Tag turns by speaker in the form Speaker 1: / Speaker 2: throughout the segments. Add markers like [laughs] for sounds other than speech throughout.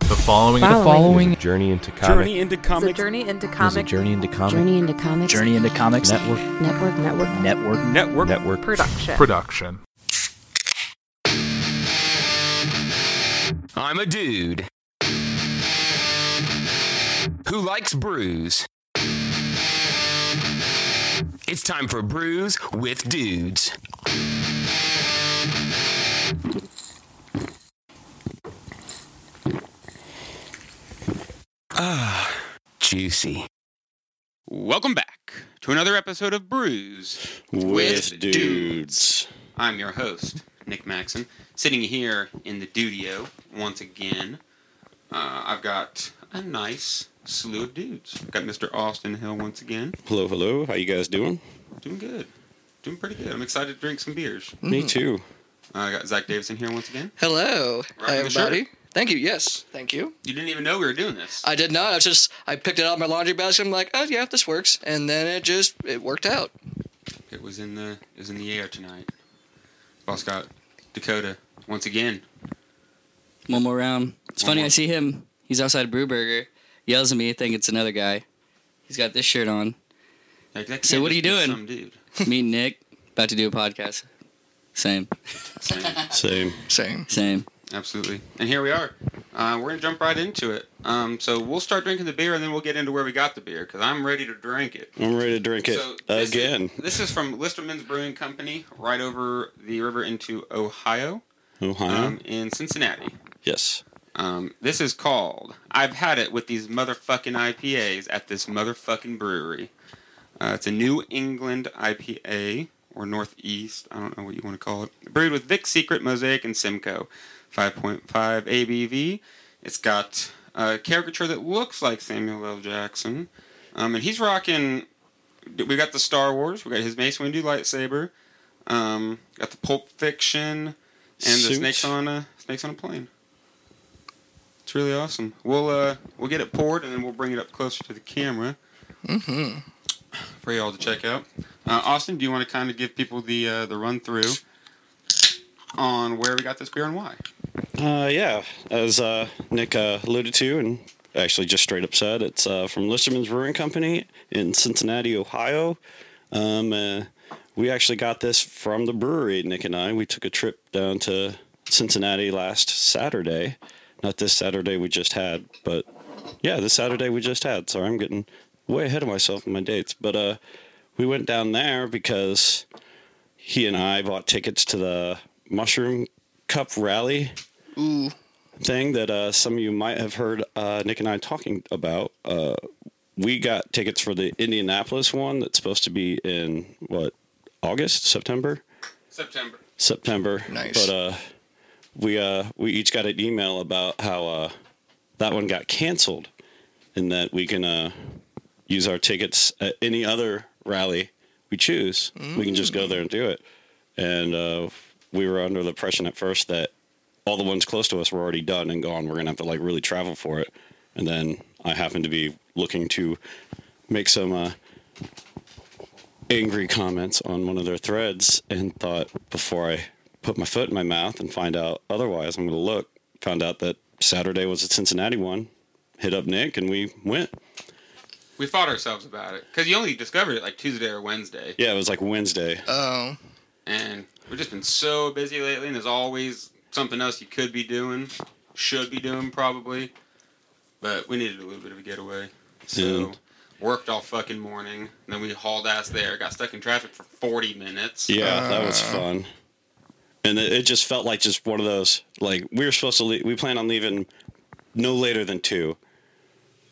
Speaker 1: The following
Speaker 2: The following
Speaker 3: There's a journey into comic.
Speaker 4: Journey into
Speaker 5: It's a
Speaker 4: comic
Speaker 5: journey into
Speaker 6: There's a
Speaker 5: comic
Speaker 6: Journey into Comics
Speaker 7: Journey into Comics.
Speaker 8: Journey into Comics
Speaker 6: Network.
Speaker 7: Network. Network.
Speaker 8: Network.
Speaker 4: network.
Speaker 3: network.
Speaker 5: production.
Speaker 1: production.
Speaker 9: I'm a dude who likes brews. It's time for Brews with Dudes. Ah, juicy.
Speaker 10: Welcome back to another episode of Brews.
Speaker 4: with
Speaker 10: With
Speaker 4: dudes.
Speaker 10: I'm your host, Nick Maxon, sitting here in the studio once again. Uh, I've got a nice slew of dudes. I've got Mr. Austin Hill once again.
Speaker 4: Hello, hello. How you guys doing?
Speaker 10: Doing good. Doing pretty good. I'm excited to drink some beers.
Speaker 4: Me too.
Speaker 10: Uh, I got Zach Davidson here once again.
Speaker 11: Hello,
Speaker 10: Rocking the shirt.
Speaker 11: everybody. Thank you. Yes, thank you.
Speaker 10: You didn't even know we were doing this.
Speaker 11: I did not. I was just I picked it out of my laundry basket. I'm like, oh yeah, this works. And then it just it worked out.
Speaker 10: It was in the it was in the air tonight. I've also got Dakota once again.
Speaker 3: One more round. It's
Speaker 10: One
Speaker 3: funny.
Speaker 10: more.
Speaker 3: I see him. He's outside Brew Burger. Yells at me. I think it's another guy. He's got this
Speaker 11: [laughs]
Speaker 3: shirt on.
Speaker 10: Like, that
Speaker 3: So
Speaker 10: can't
Speaker 3: what are
Speaker 10: just
Speaker 3: you
Speaker 10: be
Speaker 3: doing?
Speaker 10: Some dude.
Speaker 3: me and Nick about to do a podcast. Same.
Speaker 10: Same.
Speaker 4: Same.
Speaker 11: Same.
Speaker 3: Same.
Speaker 10: Absolutely. And here we are. Uh, we're going to jump right into it. Um, so we'll start drinking the beer and then we'll get into where we got the beer because I'm ready to drink it.
Speaker 4: I'm ready to drink it
Speaker 10: So this is-
Speaker 4: again.
Speaker 10: this is from Listerman's Brewing Company right over the river into Ohio
Speaker 4: Ohio.
Speaker 10: um, in Cincinnati.
Speaker 4: yes.
Speaker 10: Um, this is called I've Had It With These Motherfucking IPAs at This Motherfucking Brewery. Uh, it's a New England IPA or Northeast. I don't know what you want to call it. Brewed with Vic Secret, Mosaic, and Simcoe. 5.5 ABV. It's got a caricature that looks like Samuel L. Jackson. Um, and he's rocking. We got the Star Wars. We got his Mace Windu lightsaber. Um, got the Pulp Fiction and the
Speaker 4: Suit.
Speaker 10: snakes on a snakes on a plane. It's really awesome. We'll uh, we'll get it poured and then we'll bring it up closer to the camera
Speaker 4: Mm-hmm.
Speaker 10: for y'all to check out. Uh, Austin, do you want to kind of give people the uh, the run through on where we got this beer and why?
Speaker 4: Uh, yeah, as uh, Nick uh, alluded to, and actually just straight up said, it's uh, from Listerman's Brewing Company in Cincinnati, Ohio. Um, uh, we actually got this from the brewery. Nick and I, we took a trip down to Cincinnati last Saturday. Not this Saturday we just had, but yeah, this Saturday we just had. Sorry, I'm getting way ahead of myself in my dates. But uh, we went down there because he and I bought tickets to the Mushroom Cup Rally
Speaker 11: Ooh,
Speaker 4: thing that uh, some of you might have heard uh, Nick and I talking about. Uh, we got tickets for the Indianapolis one that's supposed to be in what August, September,
Speaker 10: September.
Speaker 4: September.
Speaker 11: Nice.
Speaker 4: But uh, we uh, we each got an email about how uh, that one got canceled, and that we can uh, use our tickets at any other rally we choose. We can just go there and do it. And uh, we were under the impression at first that all the ones close to us were already done and gone. We're gonna have to like really travel for it. And then I happened to be looking to make some uh, angry comments on one of their threads, and thought before I put my foot in my mouth and find out otherwise, I'm gonna look. Found out that Saturday was a Cincinnati one. Hit up Nick, and we went.
Speaker 10: We fought ourselves about it because you only discovered it like Tuesday or Wednesday,
Speaker 4: Yeah, it was like Wednesday.
Speaker 11: oh,
Speaker 10: and we've just been so busy lately. And there's always something else you could be doing, should be doing probably, but we needed a little bit of a getaway. So
Speaker 4: And-
Speaker 10: worked all fucking morning, and then we hauled ass there. Got stuck in traffic for 40 minutes.
Speaker 4: Yeah, that was fun. And it, it just felt like just one of those like we were supposed to leave, we plan on leaving no later than 2.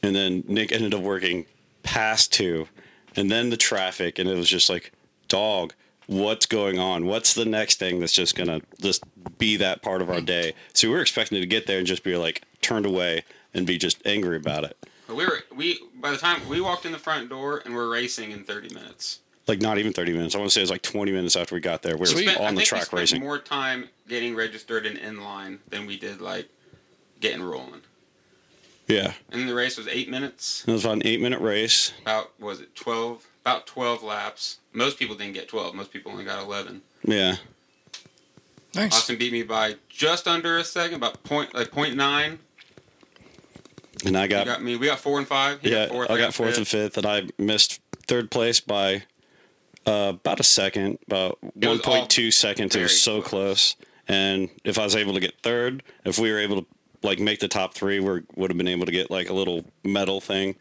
Speaker 4: And then Nick ended up working past 2 and then the traffic and it was just like dog what's going on what's the next thing that's just gonna just be that part of our day so we were expecting to get there and just be like turned away and be just angry about it
Speaker 10: But we were we by the time we walked in the front door and we're racing in 30 minutes.
Speaker 4: Like not even 30 minutes. I want to say it was like 20 minutes after we got there. We were
Speaker 10: We spent- I
Speaker 4: on the
Speaker 10: think we
Speaker 4: track
Speaker 10: spent
Speaker 4: racing.
Speaker 10: More time getting registered and in line than we did like getting rolling.
Speaker 4: yeah.
Speaker 10: And the race was eight minutes.
Speaker 4: It was about an eight minute race.
Speaker 10: About was it 12? About 12 laps. Most people didn't get 12. Most people only got 11.
Speaker 4: Yeah.
Speaker 11: Nice.
Speaker 10: Austin beat me by just under a second, about point like point nine.
Speaker 4: And I
Speaker 10: He
Speaker 4: got,
Speaker 10: got me. We got four and five. He
Speaker 4: yeah,
Speaker 10: fourth,
Speaker 4: I got fourth and
Speaker 10: fifth.
Speaker 4: fifth, and I missed third place by uh, about a second, about
Speaker 10: It was all
Speaker 4: 1.2 seconds. It
Speaker 10: very
Speaker 4: was so
Speaker 10: close.
Speaker 4: close. And if I was able to get third, if we were able to like make the top three, we would have been able to get like a little medal thing.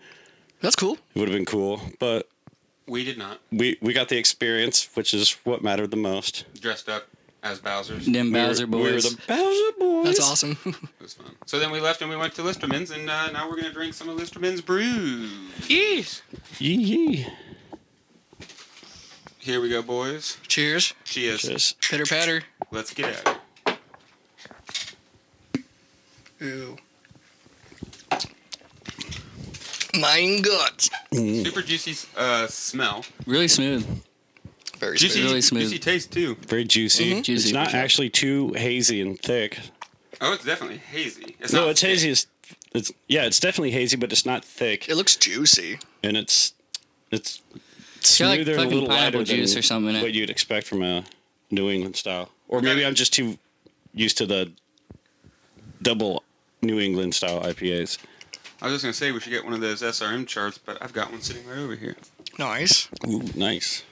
Speaker 11: That's cool.
Speaker 4: It would have been cool. But
Speaker 10: We did not
Speaker 4: we we got the experience, which is what mattered the most.
Speaker 10: dressed up as Bowser's.
Speaker 3: Them
Speaker 4: We were-
Speaker 3: Bowser
Speaker 4: We were
Speaker 3: boys.
Speaker 4: the Bowser boys.
Speaker 11: That's awesome. [laughs]
Speaker 10: It was fun. So then we left and we went to Listerman's, and uh, now we're gonna drink some of Listerman's brew.
Speaker 4: Yee yee.
Speaker 10: Here we go, boys.
Speaker 11: Cheers.
Speaker 10: Cheers.
Speaker 4: Just-
Speaker 11: Pitter patter.
Speaker 10: Let's get at it.
Speaker 11: Ew. Mein Gott.
Speaker 4: Mm.
Speaker 10: Super juicy uh, smell.
Speaker 3: Really smooth.
Speaker 11: Very
Speaker 10: Juicy,
Speaker 11: smooth.
Speaker 3: really smooth.
Speaker 10: juicy taste too.
Speaker 4: Very juicy.
Speaker 3: Mm-hmm.
Speaker 4: It's
Speaker 3: Juicy, for
Speaker 4: not
Speaker 3: sure.
Speaker 4: actually too hazy and thick.
Speaker 10: Oh, it's definitely hazy. It's
Speaker 4: no,
Speaker 10: not
Speaker 4: it's
Speaker 10: thick.
Speaker 4: hazy. It's, it's yeah, it's definitely hazy, but it's not thick,
Speaker 11: It looks juicy.
Speaker 4: and it's it's
Speaker 3: got, like,
Speaker 4: smoother, and a
Speaker 3: fucking
Speaker 4: little
Speaker 3: pineapple
Speaker 4: lighter
Speaker 3: juice
Speaker 4: than
Speaker 3: or something in it.
Speaker 4: what you'd expect from a New England style. Or maybe I'm just too used to the double New England style IPAs.
Speaker 10: I was just gonna say we should get one of those SRM charts, but I've got one sitting right over here.
Speaker 11: Nice.
Speaker 4: Ooh, nice.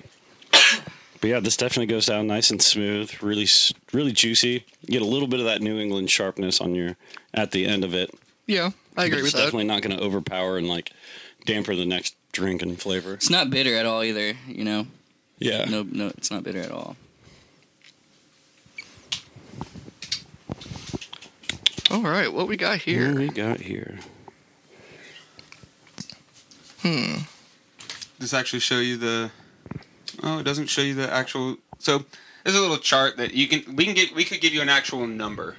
Speaker 4: But yeah, this definitely goes down nice and smooth, really, s- really juicy. You get a little bit of that New England sharpness on your at the end of it.
Speaker 11: Yeah, I
Speaker 4: But
Speaker 11: agree
Speaker 4: it's
Speaker 11: with that.
Speaker 4: definitely not going to overpower and like damper the next drink and flavor.
Speaker 3: It's not bitter at all either. You know,
Speaker 4: Yeah.
Speaker 3: no, no, it's not bitter at all.
Speaker 11: All right, what we got
Speaker 4: What do
Speaker 11: here?
Speaker 4: we got here?
Speaker 10: This actually show you the. Oh, it doesn't show you the actual. So there's a little chart that you can. We can get. We could give you an actual number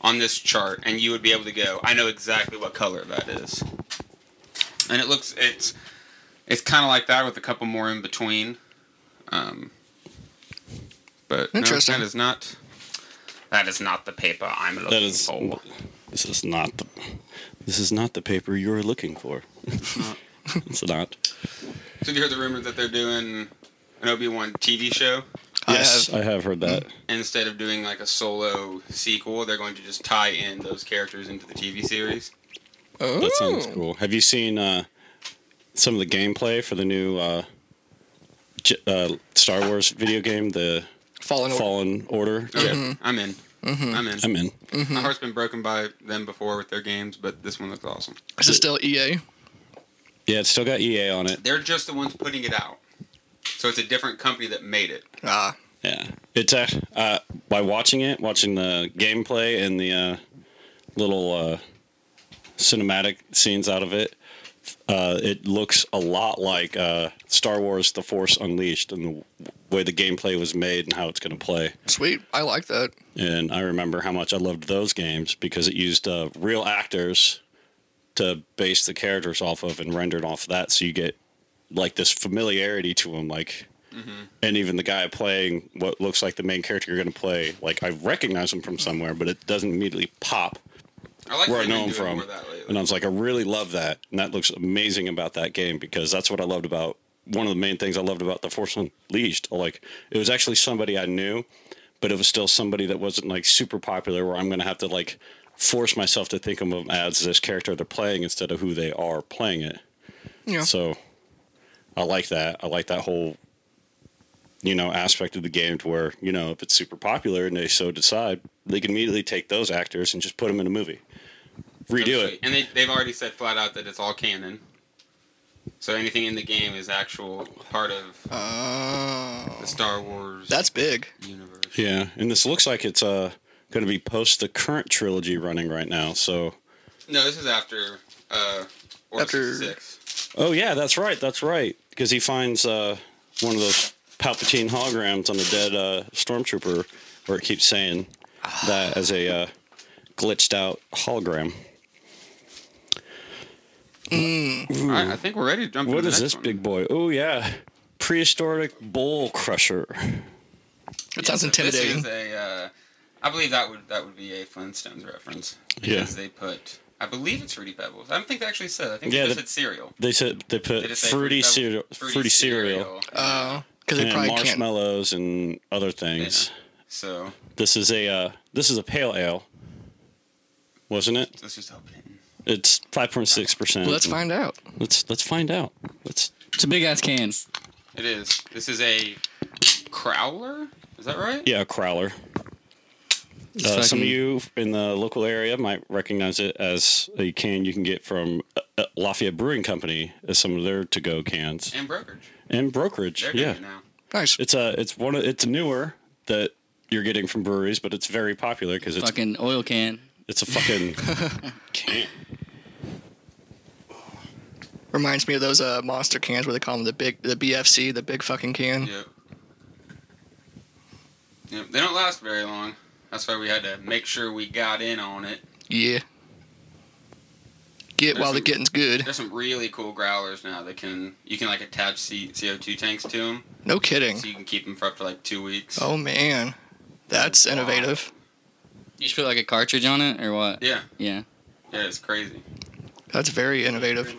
Speaker 10: on this chart, and you would be able to go. I know exactly what color that is. And it looks. It's. It's kind of like that with a couple more in between. Um. But no,
Speaker 11: Interesting.
Speaker 10: that is not. That is not the paper I'm looking
Speaker 4: That is.
Speaker 10: for.
Speaker 4: This is not the. This is not the paper you're looking for. [laughs] it's not.
Speaker 10: So you heard the rumor that they're doing an Obi Wan TV show
Speaker 4: Yes, I have, heard that.
Speaker 10: instead of doing like a solo sequel. They're going to just tie in those characters into the TV series.
Speaker 11: Oh,
Speaker 4: That sounds cool. Have you seen uh, some of the gameplay for the new uh, J- uh, Star Wars video game, the
Speaker 11: Fallen Order. Mm-hmm.
Speaker 4: Fallen Order?
Speaker 10: Okay, I'm in. I'm in.
Speaker 4: Mm-hmm. I'm in.
Speaker 10: My heart's been broken by them before with their games, but this one looks awesome.
Speaker 11: Is it still E EA?
Speaker 4: Yeah, it's still got EA on it.
Speaker 10: They're just the ones putting it out, so it's a different company that made it.
Speaker 11: Ah,
Speaker 4: Yeah, it's uh, uh by watching it, watching the gameplay and the uh, little uh, cinematic scenes out of it. Uh, it looks a lot like uh, Star Wars: The Force Unleashed and the way the gameplay was made and how it's going to play.
Speaker 11: sweet. I like that.
Speaker 4: And I remember how much I loved those games because it used uh, real actors to base the characters off of and rendered off that. So you get like this familiarity to them, like, and even the guy playing what looks like the main character you're going to play, like I recognize him from somewhere, but it doesn't immediately pop
Speaker 10: I like
Speaker 4: where I
Speaker 10: they've been
Speaker 4: know him
Speaker 10: doing
Speaker 4: from.
Speaker 10: more of that lately.
Speaker 4: And I was like, I really love that, and that looks amazing about that game because that's what I loved about one of the main things I loved about The Force Unleashed. Like, it was actually somebody I knew, but it was still somebody that wasn't like super popular. Where I'm gonna have to like force myself to think of them as this character they're playing instead of who they are playing it.
Speaker 11: Yeah.
Speaker 4: So, I like that. I like that whole. You know, aspect of the game to where you know if it's super popular and they so decide, they can immediately take those actors and just put them in a movie, redo
Speaker 10: So
Speaker 4: it.
Speaker 10: sweet. And they, they've already said flat out that it's all canon. So anything in the game is actual part of
Speaker 11: Oh,
Speaker 10: the Star Wars
Speaker 11: that's big.
Speaker 10: universe.
Speaker 4: Yeah, and this looks like it's uh going to be post the current trilogy running right now. So,
Speaker 10: No, this is after uh, Order
Speaker 11: After-
Speaker 10: 66.
Speaker 4: oh yeah, that's right, that's right, because he finds uh one of those Palpatine holograms on a dead uh, stormtrooper, where it keeps saying that as a uh, glitched out hologram.
Speaker 10: All right, I think we're ready to jump.
Speaker 4: What
Speaker 10: into
Speaker 4: is
Speaker 10: the
Speaker 4: this
Speaker 10: next one.
Speaker 4: big boy? Oh yeah, prehistoric bull crusher.
Speaker 11: It sounds
Speaker 10: So
Speaker 11: intimidating.
Speaker 10: This is a, uh, I believe that would that would be a Flintstones reference because they put. I believe it's Fruity Pebbles. I don't think they actually said. I think
Speaker 4: Yeah,
Speaker 10: they just
Speaker 4: the-
Speaker 10: said cereal.
Speaker 4: They said they put
Speaker 10: They just say
Speaker 4: fruity
Speaker 10: Pebbles-
Speaker 4: cereal, fruity cereal,
Speaker 11: Oh, because they
Speaker 4: and
Speaker 11: probably can't.
Speaker 4: marshmallows and other things.
Speaker 10: So
Speaker 4: This is a uh, this is a pale ale, wasn't it?
Speaker 10: let's just hope. it-
Speaker 4: It's five point six percent.
Speaker 11: Well, let's find out.
Speaker 4: Let's let's find out. Let's
Speaker 3: It's a big ass can.
Speaker 10: It is. This is a crowler. Is that right?
Speaker 4: yeah, a crowler.
Speaker 3: It's
Speaker 4: Uh, some
Speaker 3: fucking-
Speaker 4: of you in the local area might recognize it as a can you can get from uh, uh, Lafayette Brewing Company as some of their to-go cans
Speaker 10: And brokerage.
Speaker 4: and brokerage.
Speaker 10: They're doing
Speaker 4: Yeah,
Speaker 10: it now.
Speaker 11: Nice.
Speaker 4: it's a it's one of it's newer that you're getting from breweries, but it's very popular because it's
Speaker 3: fucking oil can.
Speaker 4: it's a fucking can.
Speaker 11: Reminds me of those uh, monster cans where they call them the big, the BFC, the big fucking can.
Speaker 10: Yep. Yep. They don't last very long. That's why we had to make sure we got in on it.
Speaker 11: Yeah. Get
Speaker 10: There's
Speaker 11: while the
Speaker 10: some-
Speaker 11: getting's good.
Speaker 10: There's some really cool growlers now that can you can like attach C- CO2 tanks to them,
Speaker 11: No kidding.
Speaker 10: so you can keep them for up to like two weeks.
Speaker 11: Oh man, that's innovative.
Speaker 3: You should put like a cartridge on it or what?
Speaker 10: Yeah,
Speaker 3: Yeah.
Speaker 10: yeah, it's crazy.
Speaker 11: That's very innovative.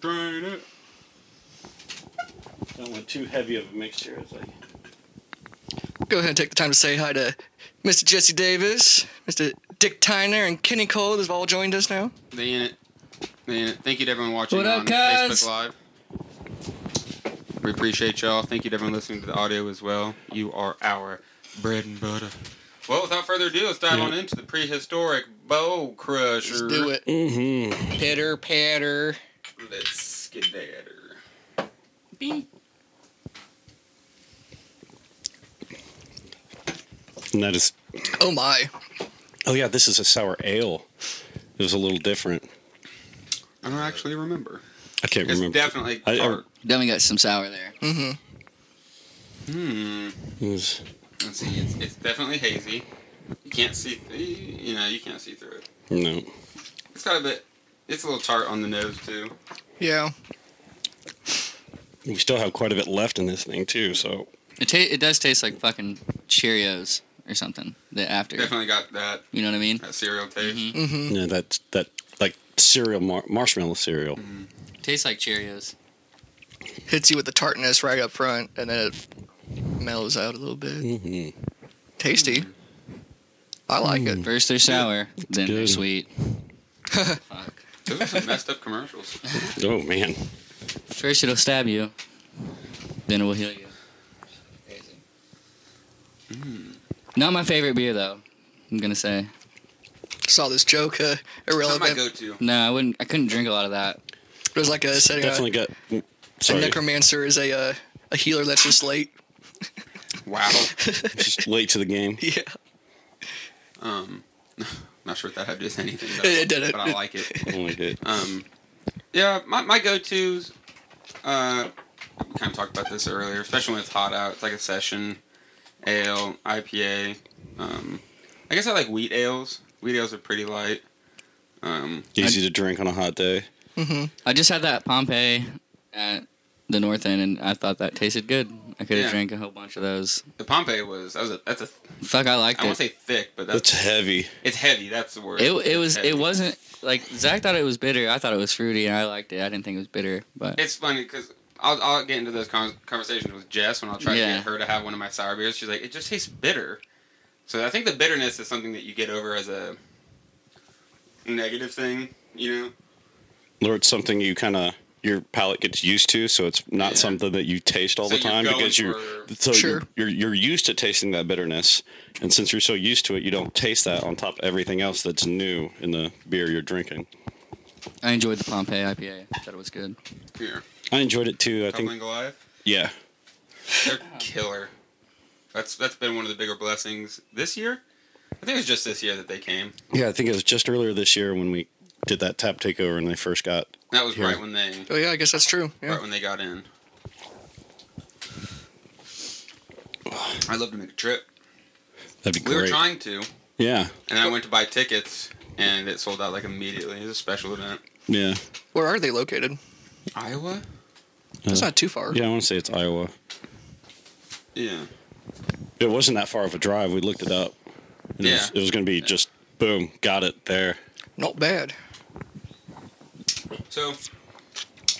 Speaker 10: Drain it.
Speaker 4: Don't want too heavy of a mixture. It's like
Speaker 11: Go ahead and take the time to say hi to Mr. Jesse Davis, Mr. Dick Tyner, and Kenny Cole. They've all joined us now.
Speaker 10: They in it. They in it. Thank you to everyone watching
Speaker 3: What up,
Speaker 10: on
Speaker 3: cuz?
Speaker 10: Facebook Live. We appreciate y'all. Thank you to everyone listening to the audio as well. You are our bread and butter. Well, without further ado, let's dive on into the prehistoric bow crusher.
Speaker 11: Let's do it. Pitter patter.
Speaker 10: Let's get there.
Speaker 4: and that is
Speaker 11: Oh my.
Speaker 4: oh yeah, this is a sour ale. It was a little different.
Speaker 10: I don't actually remember.
Speaker 4: I can't
Speaker 10: It's
Speaker 4: remember.
Speaker 10: definitely
Speaker 4: I- I-
Speaker 10: tart.
Speaker 3: Then we got some sour there.
Speaker 10: Hmm.
Speaker 4: It was-
Speaker 10: Let's see. It's, it's definitely hazy. You can't see. You know, you can't see through it.
Speaker 4: no,
Speaker 10: It's got a bit. It's a little tart on the nose too.
Speaker 11: Yeah.
Speaker 4: we still have quite a bit left in this thing too. So
Speaker 3: It ta- it does taste like fucking Cheerios or something. The after.
Speaker 10: Definitely got that
Speaker 3: You know what I mean? Mm-hmm.
Speaker 10: that cereal taste. Mm-hmm.
Speaker 4: yeah, that that like cereal mar- marshmallow cereal.
Speaker 3: Tastes like Cheerios.
Speaker 11: Hits you with the tartness right up front, and then it mellows out a little bit.
Speaker 4: hmm
Speaker 11: Tasty. I like it.
Speaker 3: First they're sour, then they're
Speaker 4: good.
Speaker 3: sweet. Fuck.
Speaker 10: Those are some messed
Speaker 3: [laughs]
Speaker 10: up commercials.
Speaker 4: Oh man,
Speaker 3: First it'll stab you, then it will heal you. Crazy. Not my favorite beer though. I'm gonna say
Speaker 11: Saw this joke. Uh,
Speaker 10: Not my
Speaker 11: irrelevant.
Speaker 10: go-to.
Speaker 3: no. I wouldn't. I couldn't drink a lot of that.
Speaker 11: It was like a setting.
Speaker 4: definitely
Speaker 11: Definitely.
Speaker 4: got. mm,
Speaker 11: A,
Speaker 4: Sorry,
Speaker 11: necromancer is a uh, a healer that's just late. [laughs]
Speaker 10: Wow.
Speaker 3: [laughs]
Speaker 4: just late to the game.
Speaker 11: Yeah.
Speaker 10: Um, [laughs] not sure if that had to do with anything. But,
Speaker 11: It didn't.
Speaker 10: But I like it.
Speaker 4: Oh, my God.
Speaker 10: Um, yeah, my, my go-tos. Uh, we kind of talked about this earlier, especially when it's hot out. It's like a session ale, IPA. Um, I guess I like wheat ales. Wheat ales are pretty light. Um,
Speaker 4: Easy to drink on a hot day.
Speaker 3: I just had that Pompeii at the North End, and I thought that tasted good. I could have
Speaker 10: Yeah.
Speaker 3: drank a whole bunch of those.
Speaker 10: the Pompeii was that was a, that's a
Speaker 3: Fuck, I liked
Speaker 10: I
Speaker 3: it.
Speaker 10: won't say thick, but that's,
Speaker 4: That's heavy.
Speaker 10: it's heavy. That's the word.
Speaker 3: It it
Speaker 10: It's
Speaker 3: was
Speaker 10: heavy.
Speaker 3: it wasn't like Zach thought it was bitter. I thought it was fruity, and I liked it. I didn't think it was bitter, but
Speaker 10: It's funny because I'll, I'll get into those con- conversations with Jess when I'll try to
Speaker 3: Yeah.
Speaker 10: get her to have one of my sour beers. She's like, it just tastes bitter. So I think the bitterness is something that you get over as a negative thing, you know?
Speaker 4: Or it's something you kind of your palate gets used to, so it's not
Speaker 10: Yeah.
Speaker 4: something that you taste all
Speaker 10: So
Speaker 4: the
Speaker 10: you're
Speaker 4: time
Speaker 10: going
Speaker 4: because you're
Speaker 10: for-
Speaker 4: so
Speaker 11: Sure.
Speaker 4: you're, you're you're used to tasting that bitterness, and since you're so used to it, you don't taste that on top of everything else that's new in the beer you're drinking.
Speaker 3: I enjoyed the Pompeii IPA. I thought it was good.
Speaker 10: Here,
Speaker 4: I enjoyed it too. I
Speaker 10: Tumbling
Speaker 4: think
Speaker 10: Goliath.
Speaker 4: yeah.
Speaker 10: They're
Speaker 3: Uh-huh.
Speaker 10: killer. That's That's been one of the bigger blessings this year. I think it was just this year that they came.
Speaker 4: Yeah, I think it was just earlier this year when we did that tap takeover and they first got.
Speaker 10: That was
Speaker 4: Yeah.
Speaker 10: right when they
Speaker 11: Oh yeah, I guess that's true. Yeah.
Speaker 10: right when they got in. I'd love to make a trip.
Speaker 4: That'd be
Speaker 10: We
Speaker 4: great.
Speaker 10: were trying to,
Speaker 4: yeah,
Speaker 10: and I went to buy tickets, and it sold out like immediately. It was a special event.
Speaker 4: Yeah.
Speaker 11: Where are they located?
Speaker 10: Iowa?
Speaker 11: That's
Speaker 4: Uh,
Speaker 11: not too far.
Speaker 4: Yeah, I want to say it's Iowa.
Speaker 10: Yeah.
Speaker 4: It wasn't that far of a drive. We looked it up. It
Speaker 10: Yeah.
Speaker 4: was, it was going to be just boom, got it there.
Speaker 11: Not bad.
Speaker 10: So,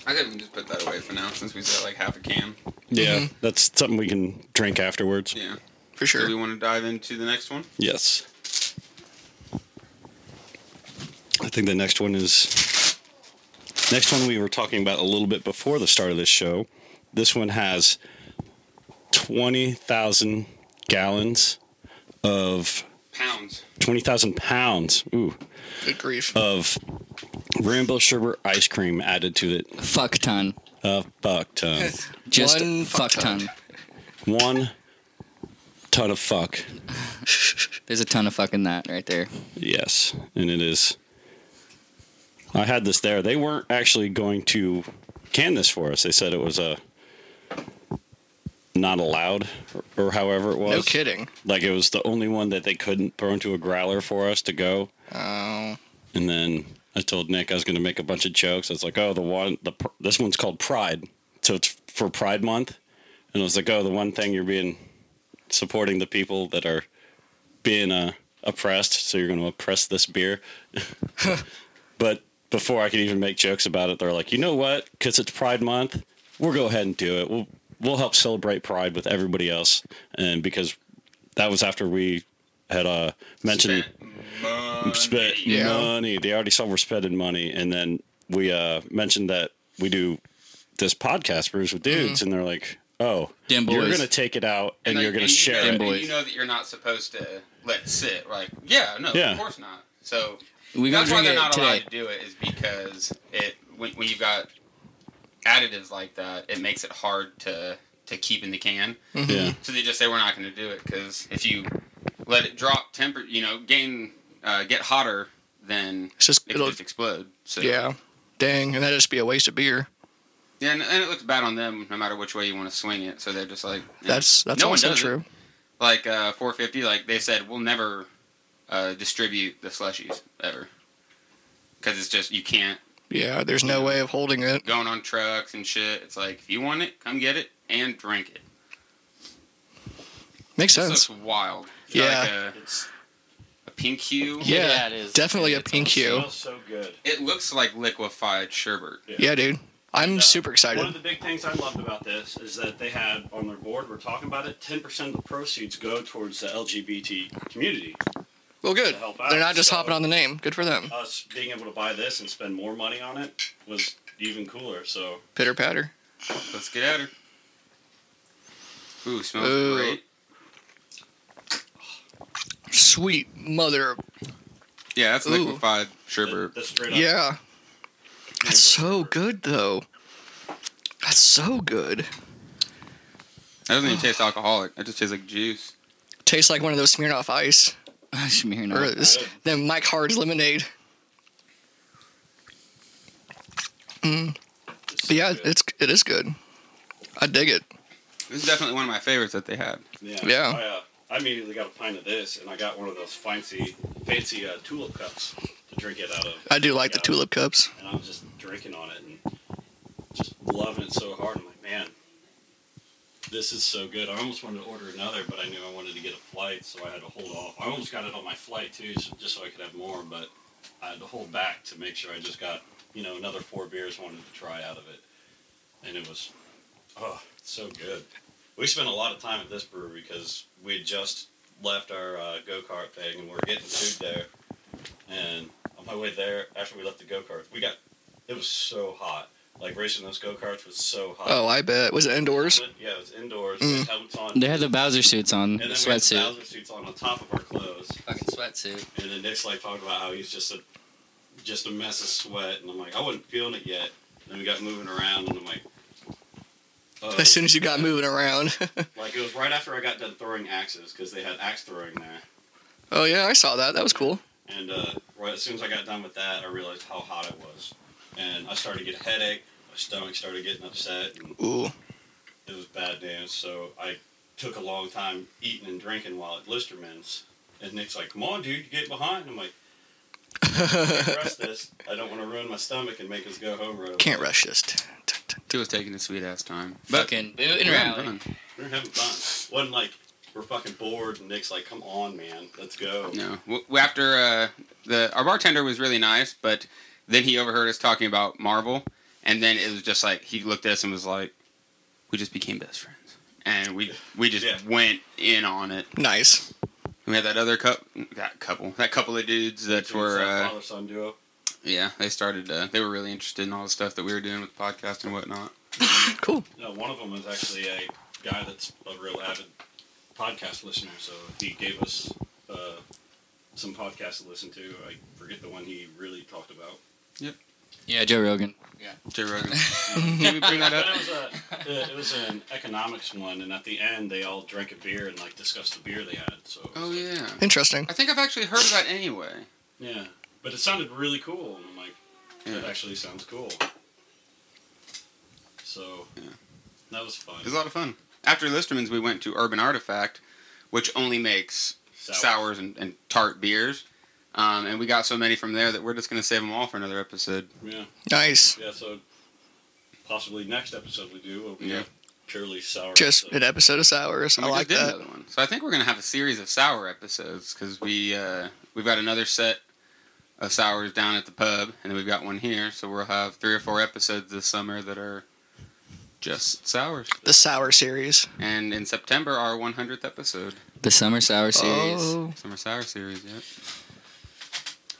Speaker 10: I think we can just put that away for now since we said like half a can.
Speaker 4: Yeah, that's something we can drink afterwards.
Speaker 10: Yeah.
Speaker 11: For
Speaker 10: Do we
Speaker 11: sure.
Speaker 10: want to dive into the next one?
Speaker 4: Yes. I think the next one is next one we were talking about a little bit before the start of this show. This one has 20,000 gallons of
Speaker 10: Pounds.
Speaker 4: 20,000 pounds ooh,
Speaker 11: Good grief.
Speaker 4: of rainbow sherbet ice cream added to it.
Speaker 3: Fuck ton.
Speaker 4: A fuck
Speaker 11: [laughs]
Speaker 4: ton.
Speaker 3: Just
Speaker 11: Eh, One
Speaker 3: fuck ton.
Speaker 4: One ton of fuck.
Speaker 3: There's a ton of fucking that right there.
Speaker 4: Yes, and it is. I had this there. They weren't actually going to can this for us. They said it was a not allowed, or, or however it was.
Speaker 11: No kidding.
Speaker 4: Like it was the only one that they couldn't throw into a growler for us to go.
Speaker 11: Oh,
Speaker 4: And then I told Nick I was going to make a bunch of jokes. I was like, "Oh, the one, the pr- this one's called Pride, so it's for Pride Month." And I was like, "Oh, the one thing you're being supporting the people that are being uh, oppressed, so you're going to oppress this beer." but before I could even make jokes about it, they're like, "You know what? Because it's Pride Month, we'll go ahead and do it. We'll we'll help celebrate Pride with everybody else." And because that was after we had uh, mentioned spent
Speaker 11: Yeah.
Speaker 4: money. They already saw we're spending money, and then we uh, mentioned that we do this podcast, Brews with Dudes, and they're like, "Oh,
Speaker 3: Them
Speaker 4: you're
Speaker 3: boys.
Speaker 4: going to take it out and,
Speaker 10: like,
Speaker 4: you're going
Speaker 10: and
Speaker 4: to
Speaker 10: you
Speaker 4: share
Speaker 10: know,
Speaker 4: it."
Speaker 10: and
Speaker 3: boys.
Speaker 10: You know that you're not supposed to let sit. Like, yeah, no,
Speaker 4: Yeah.
Speaker 10: of course not. So
Speaker 3: We gonna
Speaker 10: that's why
Speaker 3: drink
Speaker 10: they're
Speaker 3: it
Speaker 10: not allowed
Speaker 3: today.
Speaker 10: to do it is because it when, when you've got additives like that, it makes it hard to to keep in the can.
Speaker 4: Yeah,
Speaker 10: So they just say we're not going to do it because if you let it drop temper, you know, gain uh, get hotter, then
Speaker 11: it's just
Speaker 10: it
Speaker 11: it'll.
Speaker 10: will just explode. So
Speaker 11: Yeah. Dang, and that'd just be a waste of beer.
Speaker 10: Yeah, and, and it looks bad on them no matter which way you want to swing it. So they're just like eh.
Speaker 11: That's that's
Speaker 10: No one
Speaker 11: also
Speaker 10: does it.
Speaker 11: true.
Speaker 10: like uh, 450 like they said we'll never uh, distribute the slushies ever because it's just you can't
Speaker 11: Yeah, there's no way of holding it.
Speaker 10: going on trucks and shit it's like if you want it come get it and drink it
Speaker 11: Makes
Speaker 10: this
Speaker 11: sense.
Speaker 10: looks wild It's
Speaker 11: Yeah.
Speaker 10: like a, a pink hue
Speaker 11: Yeah,
Speaker 1: Yeah, it is.
Speaker 11: definitely a pink hue.
Speaker 4: so good.
Speaker 10: it looks like liquefied sherbet
Speaker 11: Yeah, dude. I'm
Speaker 4: Yeah. uh,
Speaker 11: super
Speaker 4: One of
Speaker 11: excited.
Speaker 4: the big things I loved about this is that they had on their board. We're talking about it. Ten percent of the proceeds go towards the LGBT community.
Speaker 11: Well, good.
Speaker 4: to help out, uh,
Speaker 11: They're not just
Speaker 4: so-
Speaker 11: hopping on the name. Good for them.
Speaker 4: Us being able to buy this and spend more money on it was even cooler. So
Speaker 11: Pitter patter.
Speaker 10: let's get at her ooh smells
Speaker 11: Ooh.
Speaker 10: great
Speaker 11: Sweet mother.
Speaker 10: yeah that's
Speaker 11: Ooh.
Speaker 10: liquefied sherbet
Speaker 4: this straight up
Speaker 11: Yeah. That's so good, though. That's so good.
Speaker 10: that doesn't even taste alcoholic that just tastes like juice
Speaker 11: Tastes like one of those Smirnoff Ice
Speaker 3: [laughs] Smearing
Speaker 11: or
Speaker 3: up.
Speaker 11: this, then Mike Hard's lemonade.
Speaker 4: it's
Speaker 11: Mm. But yeah,
Speaker 4: good.
Speaker 11: it's it is good. I dig it.
Speaker 10: this is definitely one of my favorites that they had
Speaker 4: Yeah.
Speaker 11: Yeah.
Speaker 4: I, uh, I immediately got a pint of this, and I got one of those fancy, fancy uh, tulip cups to drink it out of,
Speaker 11: I do like the
Speaker 4: Yeah.
Speaker 11: tulip cups.
Speaker 4: and I was just drinking on it and just loving it so hard. I'm like, man, this is so good. I almost wanted to order another, but I knew I wanted to get a flight, so I had to hold off. I almost got it on my flight too, so, just so I could have more, but I had to hold back to make sure I just got, you know, another four beers. Wanted to try out of it, and it was, oh, it's so good. We spent a lot of time at this brewery because we had just left our uh, go kart thing and we are getting food there. And on my way there, after we left the go kart, we got it was so hot. Like racing those go karts was so hot.
Speaker 11: Oh, I bet. Was it indoors?
Speaker 4: But, yeah, it was indoors.
Speaker 11: Mm.
Speaker 4: with helmets on.
Speaker 3: They had the Bowser suits on,
Speaker 4: and then we had the
Speaker 3: sweatsuit.
Speaker 4: Bowser suits on on top of our clothes.
Speaker 3: Fucking sweatsuit.
Speaker 4: And then Nick's like talking about how he's just a just a mess of sweat, and I'm like, I wasn't feeling it yet. And we got moving around, and I'm like, oh.
Speaker 11: [laughs] As soon as you got moving around. [laughs]
Speaker 4: like it was right after I got done throwing axes because they had axe throwing there.
Speaker 11: oh yeah, I saw that. That was cool.
Speaker 4: And uh, right as soon as I got done with that, I realized how hot it was, and I started to get a headache. My stomach started getting upset, and
Speaker 11: Ooh.
Speaker 4: it was bad news. So I took a long time eating and drinking while at Listerman's. And Nick's like, "Come on, dude, you get behind." I'm like, Rush this. I don't want to ruin my stomach and make us go home right
Speaker 11: Can't rush this. T- t- t-
Speaker 10: He was taking his sweet ass time. But
Speaker 3: Fucking booting
Speaker 10: Run,
Speaker 3: rally.
Speaker 10: run.
Speaker 4: We're having fun. Wasn't like we're fucking bored. And Nick's like, "Come on, man, let's go."
Speaker 10: No. W- After uh, the our bartender was really nice, but then he overheard us talking about Marvel, and then it was just like he looked at us and was like, "We just became best friends," and we we just
Speaker 4: Yeah.
Speaker 10: went in on it.
Speaker 11: nice.
Speaker 10: We had that other cup, that couple, that couple of dudes that were uh,
Speaker 4: father son duo.
Speaker 10: yeah, they started. Uh, they were really interested in all the stuff that we were doing with the podcast and whatnot.
Speaker 11: Cool.
Speaker 4: No, one of them was actually a guy that's a real avid podcast listener, so he gave us uh, some podcasts to listen to. I forget the one he really talked about.
Speaker 3: Yeah, Joe Rogan.
Speaker 10: Joe Rogan, did we bring
Speaker 4: [laughs]
Speaker 10: that
Speaker 4: But
Speaker 10: up?
Speaker 4: it was a, it was an economics one, and at the end they all drank a beer and like discussed the beer they had. So it was
Speaker 10: Oh
Speaker 4: like-
Speaker 10: yeah,
Speaker 11: Interesting.
Speaker 10: I think I've actually heard of that anyway.
Speaker 4: yeah, but it sounded really cool, and I'm like, that
Speaker 10: Yeah.
Speaker 4: actually sounds cool. So
Speaker 10: Yeah.
Speaker 4: that was fun.
Speaker 10: It was a lot of fun. After Listerman's, we went to Urban Artifact, which only makes
Speaker 4: Sour.
Speaker 10: sours and, and tart beers. Um, and we got so many from there that we're just going to save them all for another episode.
Speaker 4: Yeah,
Speaker 11: Nice.
Speaker 4: yeah. So possibly next episode we do will be
Speaker 10: Yeah.
Speaker 4: purely sour.
Speaker 11: Just
Speaker 4: episode.
Speaker 11: an episode of Sours.
Speaker 10: And
Speaker 11: I
Speaker 10: we
Speaker 11: like
Speaker 10: just did
Speaker 11: that.
Speaker 10: another one. So I think we're going to have a series of sour episodes because we, uh, we've got another set of sours down at the pub, and then we've got one here. So we'll have three or four episodes this summer that are just sours.
Speaker 11: The Sour series.
Speaker 10: And in September, our 100th episode,
Speaker 3: The Summer Sour series.
Speaker 11: Oh,
Speaker 10: Summer Sour Series. Yep.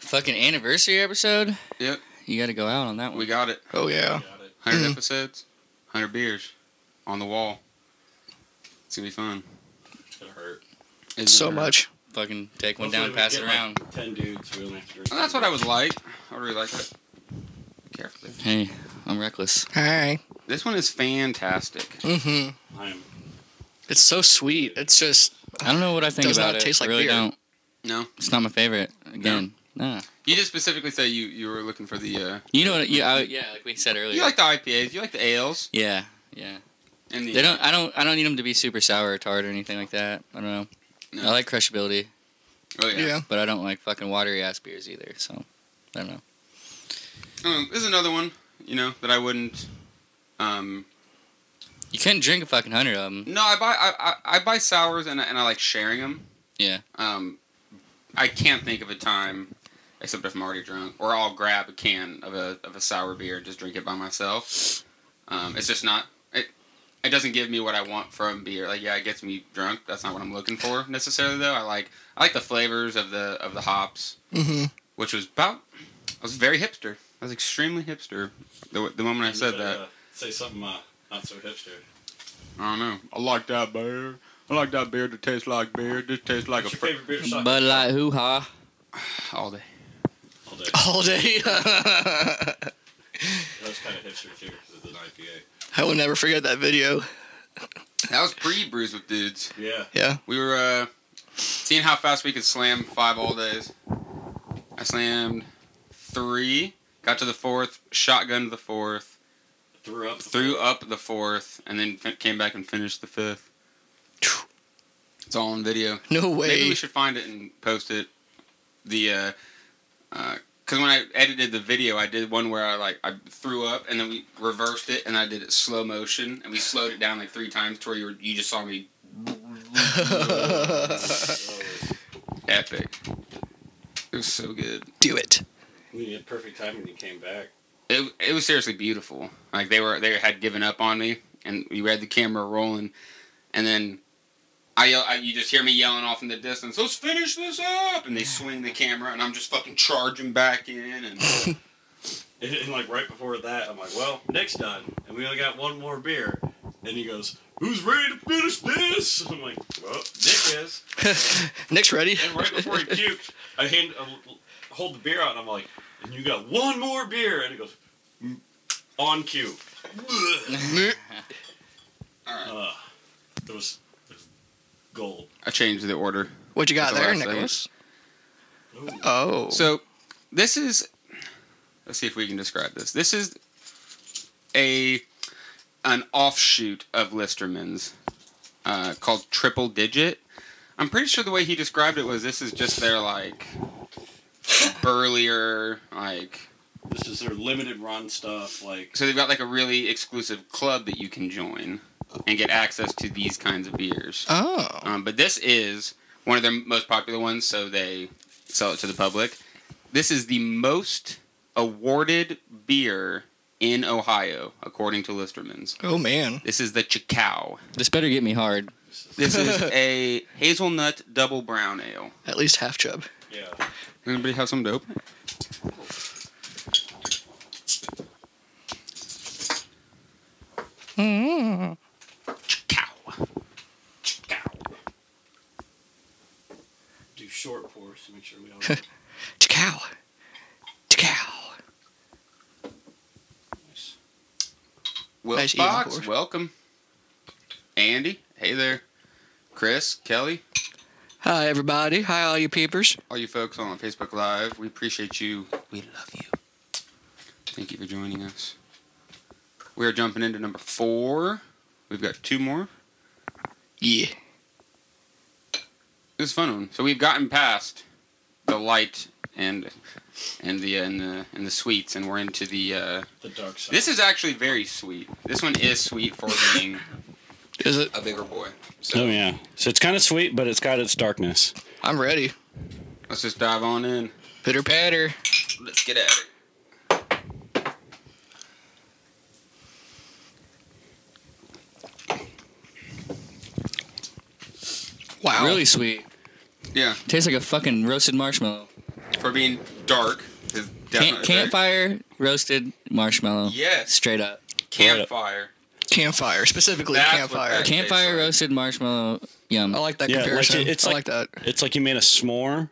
Speaker 3: Fucking anniversary episode.
Speaker 10: Yep.
Speaker 3: You got to go out on that one.
Speaker 10: We got it.
Speaker 11: oh yeah.
Speaker 4: Got it.
Speaker 10: 100
Speaker 11: Mm.
Speaker 10: episodes, 100 beers on the wall. It's going to be fun.
Speaker 4: It hurt.
Speaker 10: It's
Speaker 11: So
Speaker 10: gonna hurt.
Speaker 11: much.
Speaker 3: Fucking take one
Speaker 4: Hopefully
Speaker 3: down and
Speaker 4: we
Speaker 3: pass it
Speaker 4: get, like,
Speaker 3: around.
Speaker 4: Ten dudes. We only have to drink.
Speaker 10: Well, that's what I would like. I would really like it. Carefully.
Speaker 3: Hey, I'm reckless.
Speaker 11: All right.
Speaker 10: This one is fantastic.
Speaker 11: Mm-hmm.
Speaker 4: I am.
Speaker 11: It's so sweet. It's just
Speaker 3: I don't know what I think
Speaker 11: Does not
Speaker 3: about it.
Speaker 11: taste like
Speaker 3: I really
Speaker 11: beer.
Speaker 3: don't.
Speaker 10: No?
Speaker 3: It's not my favorite. Again, nah.
Speaker 10: You just specifically say you, you were looking for the. Uh,
Speaker 3: You know what? You, I, Oh, yeah, like we said earlier.
Speaker 10: you like the IPAs, you like the ales.
Speaker 3: yeah, yeah.
Speaker 10: And the,
Speaker 3: They don't. I don't. I don't need them to be super sour or tart or anything like that. I don't know.
Speaker 10: No.
Speaker 3: I like crushability,
Speaker 10: Oh, yeah.
Speaker 11: yeah.
Speaker 3: but I don't like fucking watery ass beers either. So I don't know.
Speaker 10: Um, this is another one, you know, that I wouldn't. Um,
Speaker 3: You couldn't drink a fucking hundred of them.
Speaker 10: no, I buy I, I, I buy sours and I, and I like sharing them.
Speaker 3: Yeah.
Speaker 10: Um, I can't think of a time, except if I'm already drunk, or I'll grab a can of a of a sour beer and just drink it by myself. Um, it's just not it. It doesn't give me what I want from beer. Like yeah, it gets me drunk. That's not what I'm looking for necessarily though. I like I like the flavors of the of the hops,
Speaker 11: Mm-hmm.
Speaker 10: which was about. I was very hipster. I was extremely hipster. The, the moment I said that,
Speaker 4: Uh, say something uh, not so hipster.
Speaker 10: I don't know. I like that beer. I like that beer that tastes like beer. This tastes like
Speaker 4: What's
Speaker 10: a
Speaker 4: your favorite beer? Suck
Speaker 3: Bud Light hoo ha.
Speaker 10: all day.
Speaker 4: all day.
Speaker 11: All day. [laughs]
Speaker 4: That's kind of hipster too, 'cause it's an IPA.
Speaker 11: I will never forget that video.
Speaker 10: That was pre brews with dudes.
Speaker 4: Yeah.
Speaker 11: Yeah.
Speaker 10: We were uh, seeing how fast we could slam five all days. I slammed three, got to the fourth, shotgunned the fourth,
Speaker 4: Threw up.
Speaker 10: threw up the fourth, and then fin- came back and finished the fifth. It's all on video.
Speaker 11: No way.
Speaker 10: Maybe we should find it and post it. The uh, uh 'cause when I edited the video, I did one where I like I threw up and then we reversed it and I did it slow motion and we slowed it down like three times to where you, were, you just saw me epic. It was so good.
Speaker 11: [laughs] Do it.
Speaker 4: We had perfect timing. when You came back.
Speaker 10: It, it was seriously beautiful. Like they were they had given up on me and we had the camera rolling and then. I, yell, I, you just hear me yelling off in the distance. Let's finish this up, and they swing the camera, and I'm just fucking charging back in, and
Speaker 4: And, and like right before that, I'm like, well, Nick's done, and we only got one more beer. And he goes, who's ready to finish this? [laughs] I'm like, well, Nick is.
Speaker 11: Nick's ready.
Speaker 4: And right before he puked, I hand, I hold the beer out, and I'm like, and you got one more beer, and he goes, "Mm, on cue. Uh, it was, it was gold.
Speaker 10: I changed the order.
Speaker 11: [laughs] What you got
Speaker 10: That's
Speaker 11: there,
Speaker 10: the last
Speaker 11: Nicholas?
Speaker 4: Ooh.
Speaker 11: Oh.
Speaker 10: So, this is. Let's see if we can describe this. This is a an offshoot of Listerman's uh, called Triple Digit. I'm pretty sure the way he described it was this is just their like burlier, like
Speaker 4: This is their limited run stuff. Like
Speaker 10: so they've got like a really exclusive club that you can join and get access to these kinds of beers.
Speaker 11: Oh.
Speaker 10: Um, but this is one of their most popular ones, so they sell it to the public. This is the most awarded beer in Ohio, according to Listerman's.
Speaker 11: Oh, man.
Speaker 10: This is the Chacao.
Speaker 3: This better get me hard.
Speaker 10: This is a hazelnut double brown ale.
Speaker 11: At least half chub.
Speaker 4: yeah,
Speaker 10: Anybody have some dope? Chacao. Chacao.
Speaker 4: do short pours to make sure we [laughs] don't.
Speaker 11: Chacao. Chacao.
Speaker 10: Well,
Speaker 11: Nice eating,
Speaker 10: Fox,
Speaker 11: Corey.
Speaker 10: welcome. Andy, hey there. Chris, Kelly,
Speaker 11: Hi, everybody. Hi, all you peepers.
Speaker 10: all you folks on Facebook Live, we appreciate you. We love you. Thank you for joining us. We are jumping into number four. We've got two more.
Speaker 11: Yeah.
Speaker 10: This is a fun one. So we've gotten past the light and and the uh, and the and the sweets, and we're into the. Uh,
Speaker 4: the dark side.
Speaker 10: this is actually very sweet. This one is sweet for being
Speaker 11: Is it?
Speaker 10: [laughs] a bigger boy. So
Speaker 4: Oh yeah, so it's kind of sweet, but it's got its darkness.
Speaker 11: I'm ready.
Speaker 10: let's just dive on in.
Speaker 11: Pitter patter.
Speaker 10: Let's get at it.
Speaker 11: Wow.
Speaker 3: Really sweet.
Speaker 10: Yeah,
Speaker 3: Tastes like a fucking roasted marshmallow.
Speaker 10: for being dark. is
Speaker 3: Can-
Speaker 10: definitely very-
Speaker 3: campfire roasted marshmallow.
Speaker 10: Yes,
Speaker 3: Straight up.
Speaker 10: campfire.
Speaker 11: Campfire. Specifically,
Speaker 10: That's what
Speaker 11: campfire.
Speaker 10: that-
Speaker 3: Campfire
Speaker 10: like-
Speaker 3: roasted marshmallow. Yum.
Speaker 11: I like that
Speaker 4: Yeah, like
Speaker 11: comparison.
Speaker 4: it- it's
Speaker 11: I like
Speaker 4: like-
Speaker 11: that.
Speaker 4: It's like you made a s'more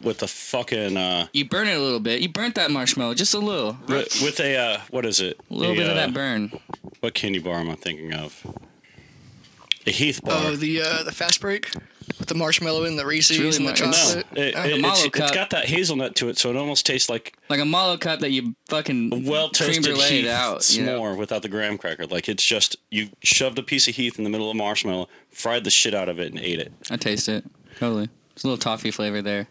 Speaker 4: with a fucking uh,
Speaker 3: you burn it a little bit. You burnt that marshmallow just a little.
Speaker 4: wi- with a uh, what is it?
Speaker 3: A little
Speaker 4: A,
Speaker 3: bit of
Speaker 4: uh,
Speaker 3: that burn.
Speaker 4: What candy bar am I thinking of? A Heath bar.
Speaker 11: Oh, the uh, the fast break with the marshmallow and the Reese's
Speaker 3: really
Speaker 11: and the
Speaker 3: nice.
Speaker 4: no,
Speaker 11: chocolate.
Speaker 4: it, it,
Speaker 11: Oh,
Speaker 4: it's,
Speaker 3: Mallow
Speaker 4: it's
Speaker 3: cup.
Speaker 4: got that hazelnut to it, so it almost tastes like
Speaker 3: Like a mallow cup that you fucking
Speaker 4: well
Speaker 3: cream
Speaker 4: toasted
Speaker 3: bruleeed
Speaker 4: Heath
Speaker 3: out.
Speaker 4: s'more
Speaker 3: you know?
Speaker 4: without the graham cracker. Like it's just you shoved a piece of Heath in the middle of marshmallow, fried the shit out of it, and ate it.
Speaker 3: I taste it. Totally. It's a little toffee flavor there.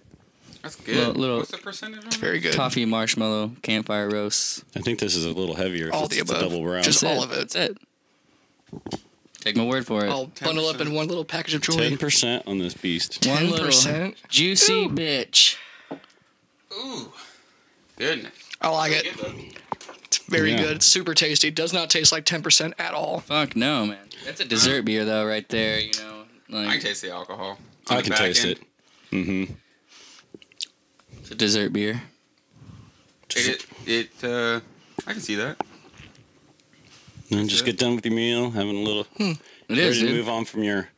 Speaker 10: That's good.
Speaker 3: Little- little-
Speaker 10: What's the percentage? On it?
Speaker 11: very good.
Speaker 3: Toffee, marshmallow, campfire roast.
Speaker 4: I think this is a little heavier.
Speaker 11: All
Speaker 4: 'cause
Speaker 11: the
Speaker 4: it's a
Speaker 11: above.
Speaker 4: double brown.
Speaker 11: Just-
Speaker 3: That's
Speaker 11: All of it. Oh.
Speaker 3: That's it. Take my word for it.
Speaker 11: I'll bundle up in one little package of
Speaker 4: Ten
Speaker 11: joy.
Speaker 4: percent on this beast.
Speaker 3: One
Speaker 11: Ten
Speaker 3: little
Speaker 11: percent.
Speaker 3: Juicy bitch.
Speaker 10: Ooh, goodness.
Speaker 11: I like it. It's very
Speaker 4: Yeah.
Speaker 11: good. It's super tasty. Does not taste like ten percent at all.
Speaker 3: Fuck no, man. That's a dessert beer though, right there. You know,
Speaker 10: I can
Speaker 3: like
Speaker 10: taste the alcohol. on
Speaker 4: I
Speaker 10: the
Speaker 4: can
Speaker 10: back
Speaker 4: taste
Speaker 10: end.
Speaker 4: it. Mm-hmm.
Speaker 3: it's a dessert beer.
Speaker 10: It, it, it, uh, I can see that.
Speaker 4: Then just get done with your meal, having a little
Speaker 3: It
Speaker 4: ready
Speaker 3: is,
Speaker 4: to
Speaker 3: dude.
Speaker 4: move on from your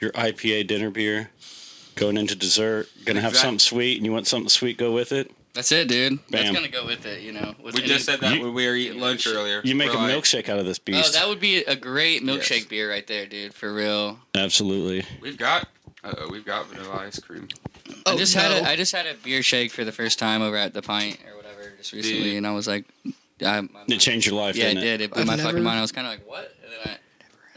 Speaker 4: your IPA dinner beer, going into dessert. Gonna have
Speaker 10: Exact-
Speaker 4: something sweet, and you want something sweet, go with it.
Speaker 3: That's it, dude. That's
Speaker 4: Bam.
Speaker 3: gonna go with it. You know. With
Speaker 10: We
Speaker 3: any-
Speaker 10: just said that
Speaker 4: You-
Speaker 10: when we were eating lunch earlier.
Speaker 4: You make
Speaker 10: We're
Speaker 4: a
Speaker 10: like,
Speaker 4: milkshake out of this
Speaker 3: Oh,
Speaker 4: beast.
Speaker 3: that would be a great milkshake
Speaker 10: Yes.
Speaker 3: beer right there, dude. For real.
Speaker 4: Absolutely.
Speaker 10: We've got, uh, we've got vanilla ice cream.
Speaker 11: Oh,
Speaker 3: I just
Speaker 11: no.
Speaker 3: had a, I just had a beer shake for the first time over at the pint or whatever just recently,
Speaker 10: Dude.
Speaker 3: and I was like, I, my,
Speaker 4: It changed your life,
Speaker 3: yeah, it
Speaker 4: didn't it?
Speaker 3: did. It blew
Speaker 11: I've
Speaker 3: my
Speaker 11: never-
Speaker 3: fucking mind. I was kind of like, what? And then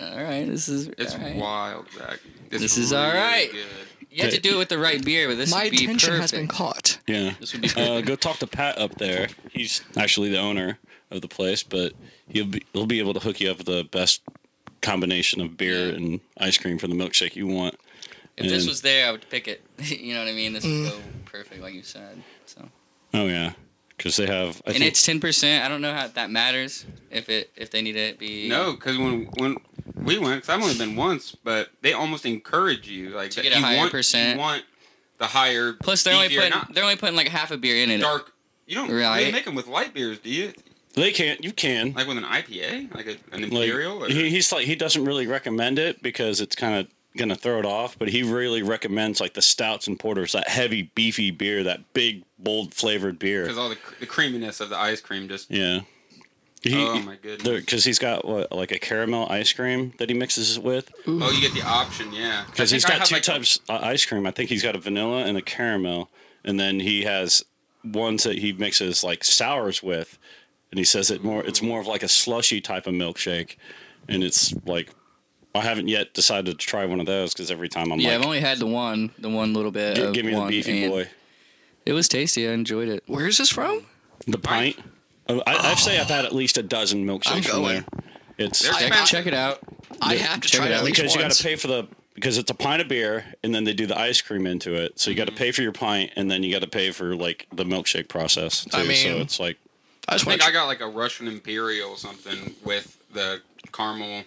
Speaker 3: I, all right, this is
Speaker 10: It's
Speaker 3: all right.
Speaker 10: wild, Zach. It's
Speaker 3: This is
Speaker 10: really
Speaker 3: all right.
Speaker 10: good.
Speaker 3: You have to do it with the right beer, but this
Speaker 11: My
Speaker 3: would be
Speaker 11: attention
Speaker 3: perfect.
Speaker 11: has been caught.
Speaker 4: Yeah.
Speaker 3: This would be
Speaker 4: Uh,
Speaker 3: perfect.
Speaker 4: go talk to Pat up there. He's actually the owner of the place, but he'll be he'll be able to hook you up with the best combination of beer
Speaker 3: Yeah.
Speaker 4: and ice cream for the milkshake you want.
Speaker 3: if this
Speaker 4: and-
Speaker 3: was there, I would pick it. [laughs] you know what I mean? This
Speaker 11: Mm.
Speaker 3: would go perfect, like you said. So,
Speaker 4: Oh yeah, because they have. I
Speaker 3: and it's ten percent. I don't know how that matters. If it if they need to be
Speaker 10: No, because when when we went, i I've only been once, but they almost encourage you like
Speaker 3: To
Speaker 10: that
Speaker 3: get a
Speaker 10: you
Speaker 3: higher
Speaker 10: want,
Speaker 3: percent.
Speaker 10: You want the higher.
Speaker 3: Plus, they're only
Speaker 10: beefier,
Speaker 3: putting
Speaker 10: not
Speaker 3: they're only putting like half a beer in it.
Speaker 10: dark. You don't really
Speaker 3: Right.
Speaker 10: make them with light beers, do you?
Speaker 4: they can't. You can.
Speaker 10: Like with an IPA, like a, an
Speaker 4: Like,
Speaker 10: imperial. or,
Speaker 4: he, he's like he doesn't really recommend it because it's kind of gonna throw it off but he really recommends like the stouts and porters that heavy beefy beer that big bold flavored beer
Speaker 10: because all the, cr- the creaminess of the ice cream just
Speaker 4: yeah
Speaker 10: Oh, my goodness.
Speaker 4: because he's got what, like a caramel ice cream that he mixes it with
Speaker 10: oh you get the option yeah
Speaker 4: because
Speaker 10: I
Speaker 4: he's
Speaker 10: think I
Speaker 4: got
Speaker 10: have,
Speaker 4: two
Speaker 10: like, a-
Speaker 4: types of ice cream i think he's got a vanilla and a caramel and then he has ones that he mixes like sours with and he says it more it's more of like a slushy type of milkshake and it's like i haven't yet decided to try one of those because every time i'm
Speaker 3: Yeah, I've
Speaker 4: like
Speaker 3: only had the one, the one little bit.
Speaker 4: "Gi-
Speaker 3: of
Speaker 4: give me the
Speaker 3: one,
Speaker 4: beefy
Speaker 3: and
Speaker 4: boy
Speaker 3: It was tasty. I enjoyed it.
Speaker 11: Where is this from?
Speaker 4: The pint. Oh, I, I'd say I've had at least a dozen
Speaker 11: I'm
Speaker 4: milkshakes from
Speaker 11: going.
Speaker 4: there. It's
Speaker 10: There's-
Speaker 3: Check,
Speaker 10: I-
Speaker 3: check it out.
Speaker 11: I have to
Speaker 3: check
Speaker 11: try
Speaker 3: it
Speaker 11: it at
Speaker 3: out,
Speaker 11: least
Speaker 4: because you got
Speaker 11: once.
Speaker 4: to pay for the because it's a pint of beer and then they do the ice cream into it. So you
Speaker 11: Mm-hmm.
Speaker 4: got to pay for your pint and then you got to pay for like the milkshake process too.
Speaker 11: I
Speaker 4: so
Speaker 11: mean-
Speaker 4: it's like
Speaker 11: I
Speaker 10: I
Speaker 11: just want
Speaker 10: think
Speaker 11: to
Speaker 10: I got like a Russian Imperial or something with the caramel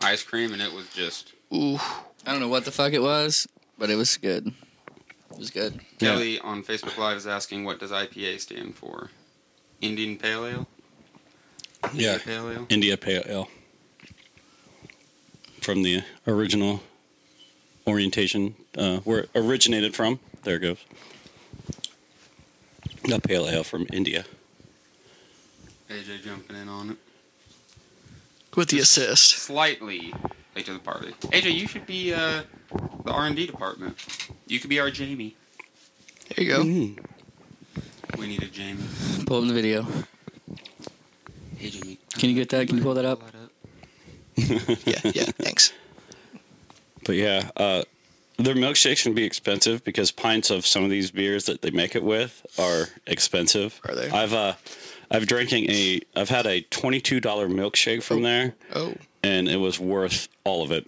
Speaker 10: ice cream, and it was just
Speaker 3: I don't know what the fuck it was, but it was good. It was good.
Speaker 4: Yeah.
Speaker 10: Kelly on Facebook Live is asking what does IPA stand for? Indian Pale Ale.
Speaker 4: yeah,
Speaker 10: Pale Ale.
Speaker 4: India Pale Ale from the original orientation uh, where it originated from. There it goes. A pale ale from India.
Speaker 10: AJ jumping in on it
Speaker 11: with the assist.
Speaker 10: slightly late to the party. AJ, you should be uh, the R and D department. You could be our Jamie.
Speaker 11: There you go.
Speaker 10: We need a Jamie.
Speaker 3: Pull up the video.
Speaker 10: Hey Jamie.
Speaker 3: Can you get that? Can you pull that up?
Speaker 11: Yeah, yeah. Thanks.
Speaker 4: But yeah, uh, their milkshakes can be expensive because pints of some of these beers that they make it with are expensive.
Speaker 11: Are they?
Speaker 4: I've uh, I've drinking a I've had a twenty two dollar milkshake from there,
Speaker 11: Oh,
Speaker 4: and it was worth all of it.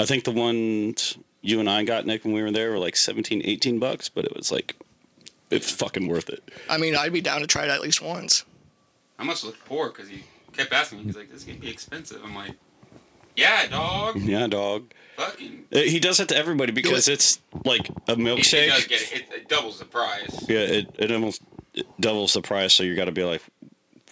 Speaker 4: I think the ones you and I got Nick when we were there were like 17, 18 bucks, but it was like it's fucking worth it.
Speaker 11: I mean, I'd be down to try it at least once.
Speaker 10: I must look poor because he kept asking me. He's like, "This is gonna be expensive." I'm like, "Yeah, dog.
Speaker 4: Yeah, dog.
Speaker 10: Fucking."
Speaker 4: Uh, He does it to everybody because it's like a
Speaker 10: It, it does
Speaker 4: milkshake.
Speaker 10: get it, it doubles the price.
Speaker 4: Yeah, it, it almost doubles the price. So you got to be like,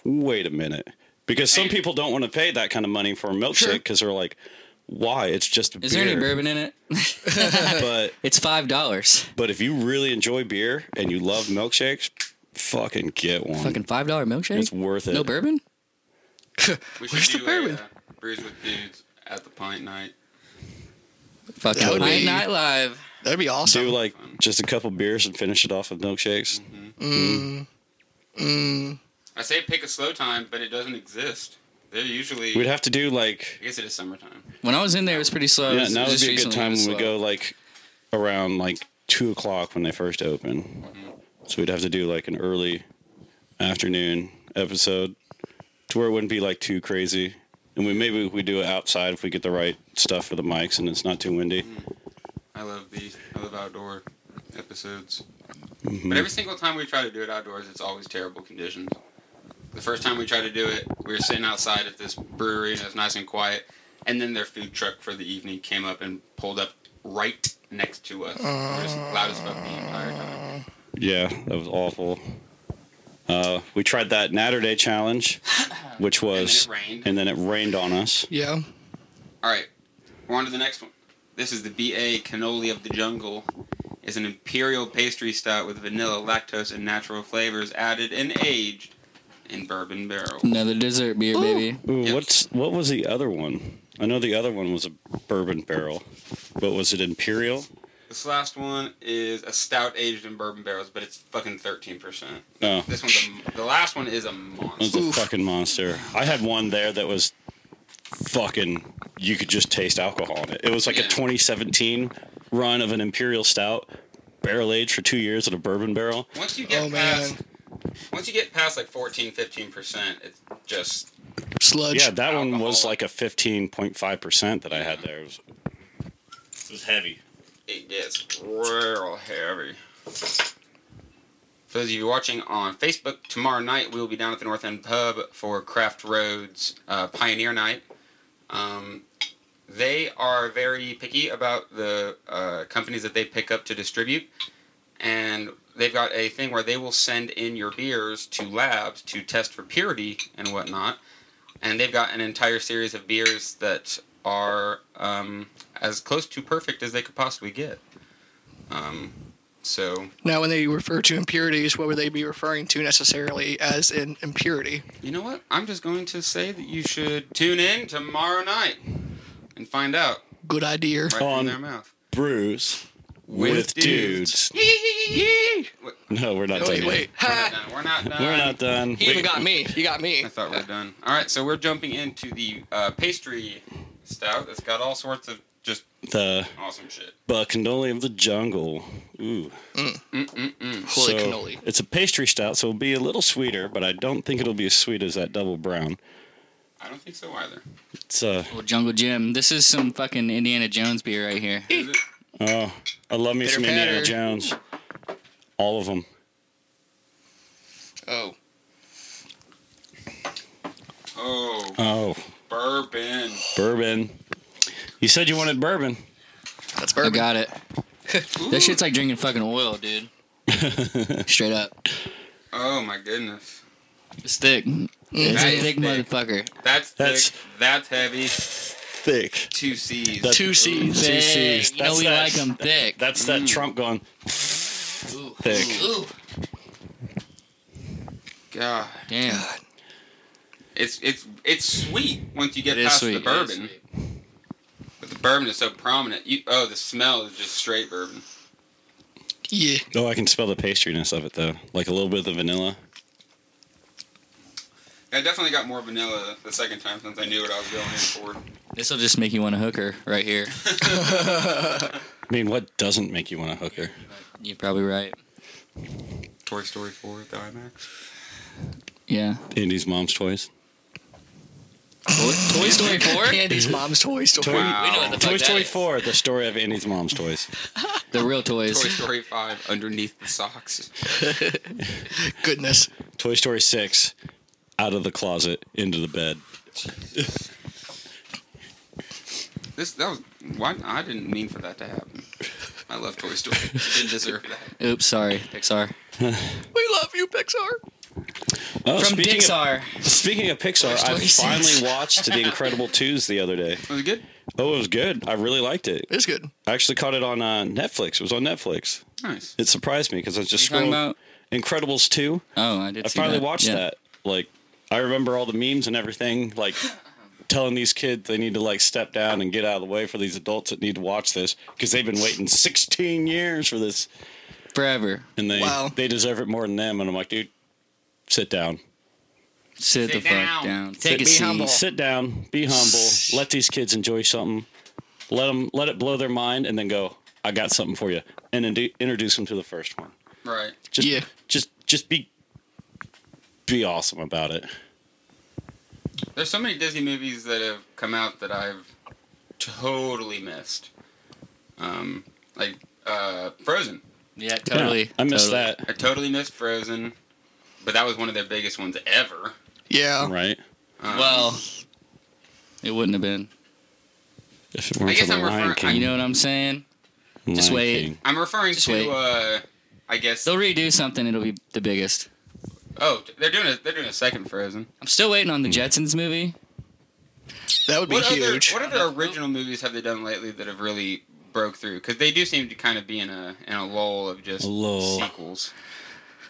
Speaker 4: wait a minute. Because some people don't want to pay that kind of money for a milkshake because they're like, why? It's just a
Speaker 3: Is
Speaker 4: beer.
Speaker 3: there any bourbon in it? [laughs]
Speaker 4: But
Speaker 3: It's five dollars.
Speaker 4: but if you really enjoy beer and you love milkshakes, fucking get one.
Speaker 3: Fucking five dollar milkshake.
Speaker 4: it's worth it.
Speaker 3: No bourbon.
Speaker 10: We
Speaker 11: Where's
Speaker 10: should
Speaker 11: the
Speaker 10: do a,
Speaker 11: bourbon?
Speaker 10: uh, brews with dudes at the pint night.
Speaker 3: Fucking
Speaker 11: That would
Speaker 3: Pint
Speaker 11: be-
Speaker 3: Night Live.
Speaker 11: That'd be awesome.
Speaker 4: Do like just a couple beers and finish it off with milkshakes.
Speaker 3: Mm-hmm.
Speaker 10: I say pick a slow time, but it doesn't exist. They're usually.
Speaker 4: We'd have to do like
Speaker 10: I guess it is summertime.
Speaker 3: When I was in there, it was pretty slow. It
Speaker 4: yeah,
Speaker 3: was-
Speaker 4: now
Speaker 3: it
Speaker 4: would
Speaker 3: was
Speaker 4: be a
Speaker 3: just
Speaker 4: good
Speaker 3: recently
Speaker 4: time
Speaker 3: was
Speaker 4: when we
Speaker 3: slow.
Speaker 4: go like around like two o'clock when they first open.
Speaker 3: Mm-hmm.
Speaker 4: So we'd have to do like an early afternoon episode to where it wouldn't be like too crazy. And we maybe we do it outside if we get the right stuff for the mics and it's not too windy.
Speaker 3: Mm-hmm.
Speaker 10: I love these. I love outdoor episodes. But every single time we try to do it outdoors, it's always terrible conditions. The first time we tried to do it, we were sitting outside at this brewery and it was nice and quiet. And then their food truck for the evening came up and pulled up right next to us. We were just loud as fuck the entire time.
Speaker 4: Yeah, that was awful. Uh, we tried that Natterday
Speaker 3: [coughs]
Speaker 4: challenge, which was
Speaker 10: rained.
Speaker 4: and then it rained on us.
Speaker 11: yeah.
Speaker 10: All right, we're on to the next one. This is the BA Cannoli of the Jungle. It's an imperial pastry stout with vanilla, lactose, and natural flavors added and aged in bourbon barrels.
Speaker 3: Another dessert beer, baby.
Speaker 4: Ooh,
Speaker 10: Yep.
Speaker 4: what's what was the other one? I know the other one was a bourbon barrel, but was it imperial?
Speaker 10: This last one is a stout aged in bourbon barrels, but it's fucking thirteen percent.
Speaker 4: No, it
Speaker 10: This one's a, the last one is a
Speaker 4: was
Speaker 10: monster.
Speaker 4: a fucking monster. I had one there that was fucking. You could just taste alcohol in it. It was like a
Speaker 10: Yeah.
Speaker 4: 2017 run of an imperial stout, barrel aged for two years in a bourbon barrel.
Speaker 10: Once you get
Speaker 11: Oh, man.
Speaker 10: past, once you get past like 14, 15 percent, it's just
Speaker 11: Sludge.
Speaker 4: Yeah, that one was
Speaker 10: Alcohol.
Speaker 4: like a 15.5 percent that I had there. It was, it was heavy.
Speaker 10: it gets real heavy. For those of you watching on Facebook, tomorrow night we will be down at the North End Pub for Craft Roads uh, Pioneer Night. Um, they are very picky about the uh, companies that they pick up to distribute, and they've got a thing where they will send in your beers to labs to test for purity and whatnot. And they've got an entire series of beers that are um, as close to perfect as they could possibly get. Um, so
Speaker 11: Now, when they refer to impurities, what would they be referring to necessarily as an impurity?
Speaker 10: You know what? I'm just going to say that you should tune in tomorrow night and find out
Speaker 11: Good idea.
Speaker 10: right
Speaker 4: On-
Speaker 10: from their mouth.
Speaker 4: Brews
Speaker 10: With dudes. Wait,
Speaker 4: No, we're not done.
Speaker 11: Oh, Wait,
Speaker 4: yet.
Speaker 11: wait.
Speaker 10: we're not
Speaker 11: Ha!
Speaker 10: done. We're not done.
Speaker 4: We're not done.
Speaker 11: He even got me. You got me.
Speaker 10: I thought we were done. All right, so we're jumping into the uh, pastry stout that's got all sorts of Just
Speaker 4: The
Speaker 10: awesome shit.
Speaker 4: Bacandole of the Jungle. Ooh.
Speaker 3: Holy
Speaker 4: so
Speaker 3: cannoli.
Speaker 4: It's a pastry stout, so it'll be a little sweeter, but I don't think it'll be as sweet as that double brown.
Speaker 10: I don't think so either.
Speaker 4: It's uh
Speaker 3: Old Jungle Jim. This is some fucking Indiana Jones beer right here.
Speaker 4: oh, I love me
Speaker 3: Pitter
Speaker 4: some Indiana
Speaker 3: patter.
Speaker 4: Jones. All of them.
Speaker 11: Oh,
Speaker 10: Oh,
Speaker 4: Oh,
Speaker 10: bourbon.
Speaker 4: bourbon. You said you wanted bourbon.
Speaker 11: that's
Speaker 3: I
Speaker 11: bourbon. [laughs]
Speaker 3: got it. This shit's like drinking fucking
Speaker 4: [laughs]
Speaker 3: oil, dude. Straight up.
Speaker 10: Oh my goodness.
Speaker 3: It's thick. It's a
Speaker 10: is
Speaker 3: thick
Speaker 10: thick.
Speaker 3: motherfucker.
Speaker 10: That's
Speaker 4: That's-
Speaker 10: thick. That's heavy.
Speaker 4: Thick.
Speaker 10: Two C's.
Speaker 4: That's-
Speaker 11: Two C's.
Speaker 4: Thick.
Speaker 3: Thick. You know
Speaker 4: That's
Speaker 3: we
Speaker 4: that-
Speaker 3: like 'em thick.
Speaker 4: That's that Trump going
Speaker 3: Ooh.
Speaker 4: thick.
Speaker 3: Ooh.
Speaker 10: God.
Speaker 3: Damn.
Speaker 10: It's it's it's sweet once you get
Speaker 3: It is
Speaker 10: past
Speaker 3: sweet. It
Speaker 10: the
Speaker 3: is
Speaker 10: bourbon.
Speaker 3: sweet.
Speaker 10: But the bourbon is so prominent. You oh the smell is just straight bourbon.
Speaker 11: Yeah.
Speaker 4: Oh, I can smell the pastriness of it though, like a little bit of the vanilla.
Speaker 10: I definitely got more vanilla the second time since I knew what I was going in for.
Speaker 3: This will just make you want to hooker right here.
Speaker 4: I mean, what doesn't make you want a hooker?
Speaker 3: You're probably right.
Speaker 10: Toy Story 4 at the IMAX.
Speaker 3: Yeah.
Speaker 4: Andy's mom's toys.
Speaker 3: Toy Story [laughs] 4?
Speaker 4: Mm-hmm.
Speaker 11: Andy's mom's toy store.
Speaker 3: We know what the
Speaker 10: Wow.
Speaker 3: fuck
Speaker 4: Toy
Speaker 3: that
Speaker 4: Story
Speaker 3: is.
Speaker 4: 4, the story of Andy's mom's toys.
Speaker 3: The real
Speaker 10: Toy
Speaker 3: toys.
Speaker 10: Story 5 underneath the socks.
Speaker 11: Goodness.
Speaker 4: Toy Story 6, out of the closet, into the bed.
Speaker 10: This that was why I didn't mean for that to happen. I love Toy
Speaker 3: [laughs]
Speaker 10: Story. didn't deserve that.
Speaker 3: Oops, sorry, Pixar.
Speaker 11: We love you, Pixar.
Speaker 4: Oh,
Speaker 3: From
Speaker 4: speaking
Speaker 3: Pixar.
Speaker 4: Of, speaking of Pixar, I
Speaker 3: Story 6. [laughs]
Speaker 4: finally watched The Incredible Twos the other day.
Speaker 10: Was it good?
Speaker 4: Oh, it was good. I really liked it.
Speaker 11: It's good.
Speaker 4: I actually caught it on uh, Netflix. It was on Netflix.
Speaker 10: Nice.
Speaker 4: It surprised me because I was just
Speaker 3: What are you
Speaker 4: scrolling.
Speaker 3: talking
Speaker 4: Incredibles 2.
Speaker 3: Oh, I did.
Speaker 4: I
Speaker 3: see
Speaker 4: finally
Speaker 3: that.
Speaker 4: watched
Speaker 3: Yeah.
Speaker 4: that. Like, I remember all the memes and everything.
Speaker 3: [laughs]
Speaker 4: Like, telling these kids they need to like step down and get out of the way for these adults that need to watch this because they've been waiting 16 years for this
Speaker 3: forever.
Speaker 4: and they
Speaker 11: Wow.
Speaker 4: they deserve it more than them. And I'm like, dude, sit down,
Speaker 3: Sit, the
Speaker 10: Sit
Speaker 3: fuck
Speaker 10: down.
Speaker 3: down. Take
Speaker 4: Sit-
Speaker 3: a
Speaker 4: be
Speaker 3: seat.
Speaker 11: humble.
Speaker 4: sit down, be humble, let these kids enjoy something, let them let it blow their mind, and then go, I got something for you, and then do, introduce them to the first one.
Speaker 10: Right.
Speaker 4: Just,
Speaker 11: Yeah.
Speaker 4: just, just be be awesome about it.
Speaker 10: There's so many Disney movies that have come out that I've totally missed. Um, like uh, Frozen.
Speaker 3: Yeah, totally.
Speaker 4: Yeah, I missed
Speaker 3: totally.
Speaker 4: that.
Speaker 10: I totally missed Frozen, but that was one of their biggest ones ever.
Speaker 11: Yeah.
Speaker 4: Right.
Speaker 10: Um,
Speaker 3: Well, it wouldn't have been.
Speaker 4: If it weren't
Speaker 10: I guess
Speaker 4: for the
Speaker 10: I'm
Speaker 4: Lion
Speaker 10: referring-
Speaker 4: King,
Speaker 3: You know what I'm saying? just
Speaker 4: Lion
Speaker 3: wait.
Speaker 4: King.
Speaker 10: I'm referring
Speaker 3: Just wait.
Speaker 10: to, uh, I guess.
Speaker 3: They'll redo something. It'll be the biggest.
Speaker 10: Oh, they're doing a they're doing a second Frozen.
Speaker 3: I'm still waiting on the
Speaker 4: Hmm.
Speaker 3: Jetsons movie.
Speaker 11: That would be
Speaker 10: What other
Speaker 11: huge.
Speaker 10: what other original movies have they done lately that have really broke through? Because they do seem to kind of be in a in a lull of just
Speaker 4: A lull.
Speaker 10: sequels.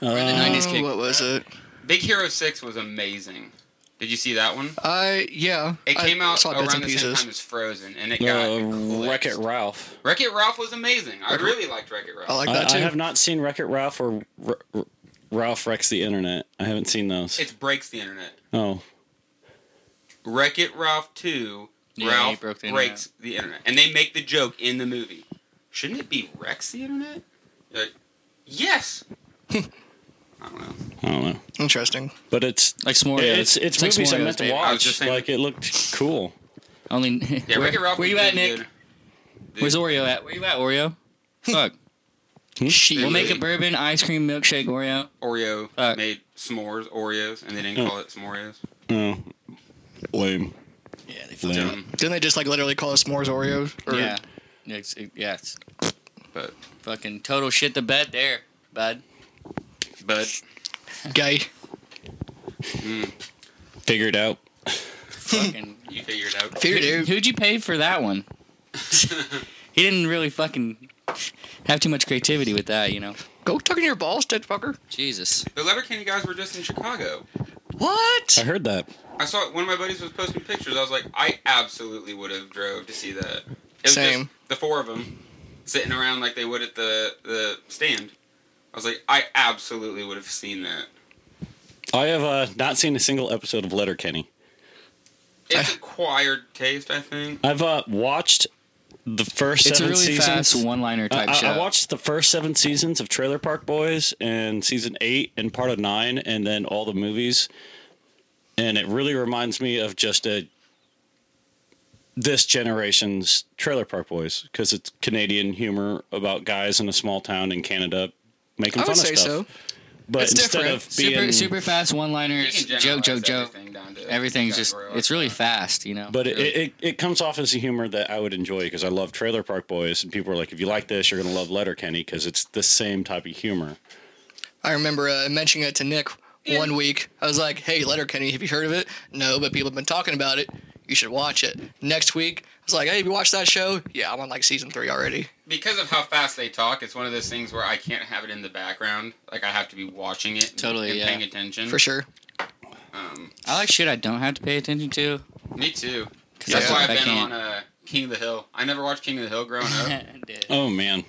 Speaker 3: the
Speaker 4: Uh,
Speaker 3: 90s
Speaker 11: Oh,
Speaker 3: kick.
Speaker 11: what was it?
Speaker 10: Big Hero Six was amazing. Did you see that one?
Speaker 11: I yeah.
Speaker 10: It
Speaker 11: I
Speaker 10: came out
Speaker 11: saw bits
Speaker 10: around
Speaker 11: and
Speaker 10: the same time as Frozen, and it got
Speaker 4: uh, Wreck It Ralph.
Speaker 10: Wreck It Ralph was amazing. I really liked Wreck It Ralph.
Speaker 11: I like
Speaker 4: I,
Speaker 11: that too.
Speaker 4: I have not seen Wreck It Ralph or R- R- Ralph Wrecks the Internet. I haven't seen those.
Speaker 10: it breaks the internet.
Speaker 4: oh,
Speaker 10: Wreck It Ralph 2,
Speaker 3: Yeah, he
Speaker 10: Ralph
Speaker 3: broke the
Speaker 10: breaks the internet. And they make the joke in the movie. Shouldn't it be Rex the internet? They're like, yes. [laughs] I don't know.
Speaker 4: I don't know.
Speaker 11: Interesting.
Speaker 4: But it's
Speaker 3: Like S'mores.
Speaker 4: it's it's
Speaker 3: like
Speaker 4: movies I
Speaker 3: S'mores,
Speaker 4: meant to
Speaker 3: baby.
Speaker 10: I was just
Speaker 4: watch.
Speaker 10: saying-
Speaker 4: Like it looked cool.
Speaker 3: Only. [laughs]
Speaker 10: Yeah,
Speaker 3: where,
Speaker 10: Wreck It Ralph
Speaker 3: Where
Speaker 10: was
Speaker 3: you at,
Speaker 10: really
Speaker 3: Nick?
Speaker 10: good. Dude,
Speaker 3: Where's Oreo at? Where you at, Oreo? Fuck.
Speaker 11: She.
Speaker 3: We'll make a
Speaker 10: Really?
Speaker 3: bourbon ice cream milkshake Oreo.
Speaker 10: Oreo
Speaker 3: Uh, hmm.
Speaker 10: made s'mores, Oreos, and they didn't
Speaker 4: Oh.
Speaker 10: call it s'mores.
Speaker 4: Oh, lame.
Speaker 3: Yeah, they
Speaker 4: lame.
Speaker 10: Dumb.
Speaker 11: Didn't they just like literally call us s'mores Oreos? Or-
Speaker 3: Yeah. It's, it, yeah. It's
Speaker 10: But,
Speaker 3: fucking total shit the bet there, bud.
Speaker 10: but,
Speaker 11: Gay.
Speaker 4: Figured out.
Speaker 3: Fucking.
Speaker 10: you figured out.
Speaker 11: Figured it out.
Speaker 3: Who'd you pay for that one? he didn't really fucking have too much creativity with that, you know.
Speaker 11: Go tuck in your balls, dead fucker.
Speaker 3: Jesus.
Speaker 10: The Leathercandy guys were just in Chicago.
Speaker 11: What?
Speaker 4: I heard that.
Speaker 10: I saw one of my buddies was posting pictures. I was like, I absolutely would have drove to see that. It was
Speaker 11: Same.
Speaker 10: Just the four of them sitting around like they would at the the stand. I was like, I absolutely would have seen that.
Speaker 4: I have uh, not seen a single episode of Letterkenny.
Speaker 3: [laughs]
Speaker 10: It's acquired taste, I think.
Speaker 4: I've uh, watched the first
Speaker 3: It's a
Speaker 4: seven
Speaker 3: really
Speaker 4: seasons.
Speaker 3: fast one-liner
Speaker 4: I,
Speaker 3: type
Speaker 4: I-
Speaker 3: show.
Speaker 4: I watched the first seven seasons of Trailer Park Boys and season eight and part of nine, and then all the movies. And it really reminds me of just a this generation's Trailer Park Boys because it's Canadian humor about guys in a small town in Canada making
Speaker 11: I
Speaker 4: fun
Speaker 11: would
Speaker 4: of
Speaker 11: say
Speaker 4: stuff.
Speaker 11: so.
Speaker 4: But
Speaker 11: It's
Speaker 4: instead
Speaker 11: different.
Speaker 4: of being
Speaker 3: super super fast
Speaker 10: You
Speaker 3: one-liners.
Speaker 10: can
Speaker 3: Joke, joke,
Speaker 10: generalize
Speaker 3: joke.
Speaker 10: everything down to-
Speaker 3: Everything's
Speaker 10: Yeah,
Speaker 3: just
Speaker 10: we're all
Speaker 3: it's really fast, you know.
Speaker 4: But it, it, it, it comes off as a humor that I would enjoy because I love Trailer Park Boys, and people are like, if you like this, you're going to love Letterkenny because it's the same type of humor.
Speaker 11: I remember uh, mentioning it to Nick one week. I was like, "Hey, Letterkenny, have you heard of it?" No, but people have been talking about it. You should watch it. Next week, I was like, "Hey, have you watched that show?" Yeah, I'm on like season three already.
Speaker 10: because of how fast they talk, it's one of those things where I can't have it in the background. Like I have to be watching it and-
Speaker 3: Totally,
Speaker 10: and
Speaker 3: yeah.
Speaker 10: paying attention.
Speaker 4: Mm.
Speaker 10: Um,
Speaker 11: For sure.
Speaker 3: I like shit I don't have to pay attention to.
Speaker 10: Me too.
Speaker 3: 'cause
Speaker 10: That's
Speaker 3: I-
Speaker 10: why
Speaker 3: I
Speaker 10: I've been
Speaker 3: can't.
Speaker 10: on uh, King of the Hill. I never watched King of the Hill growing
Speaker 3: [laughs]
Speaker 10: up.
Speaker 4: Oh, man.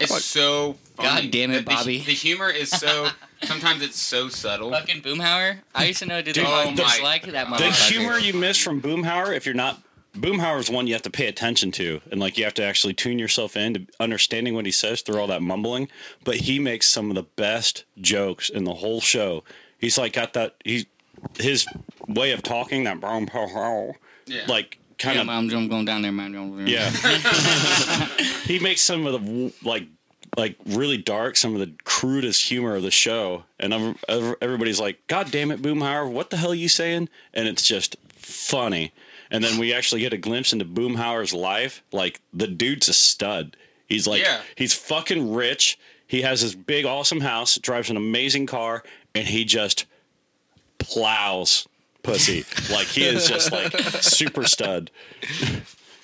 Speaker 10: It's so funny.
Speaker 3: uh, God damn it,
Speaker 10: The- the-
Speaker 3: Bobby.
Speaker 10: The, humor
Speaker 3: [laughs]
Speaker 10: is so. Sometimes it's so subtle.
Speaker 3: Fucking Boomhauer. I used to know did
Speaker 4: Dude,
Speaker 3: not
Speaker 10: the-
Speaker 3: dislike that
Speaker 10: the
Speaker 4: The
Speaker 3: motherfucker.
Speaker 4: humor you miss from Boomhauer, if you're not. Boomhauer's one you have to pay attention to, and like you have to actually tune yourself in to understanding what he says through all that mumbling. But he makes some of the best jokes in the whole show. He's like got that he his way of talking that brown
Speaker 10: Yeah.
Speaker 4: like kind
Speaker 3: Yeah,
Speaker 4: of
Speaker 3: mom, I'm going down there, man.
Speaker 4: Yeah. [laughs] he makes some of the w- like like really dark, some of the crudest humor of the show, and ev- ev- everybody's like, "God damn it, Boomhauer, what the hell are you saying?" And it's just funny. And then we actually get a glimpse into Boomhauer's life. Like the dude's a stud. He's like
Speaker 10: Yeah.
Speaker 4: he's fucking rich. He has this big awesome house, drives an amazing car, and he just plows pussy. like he is just like super stud.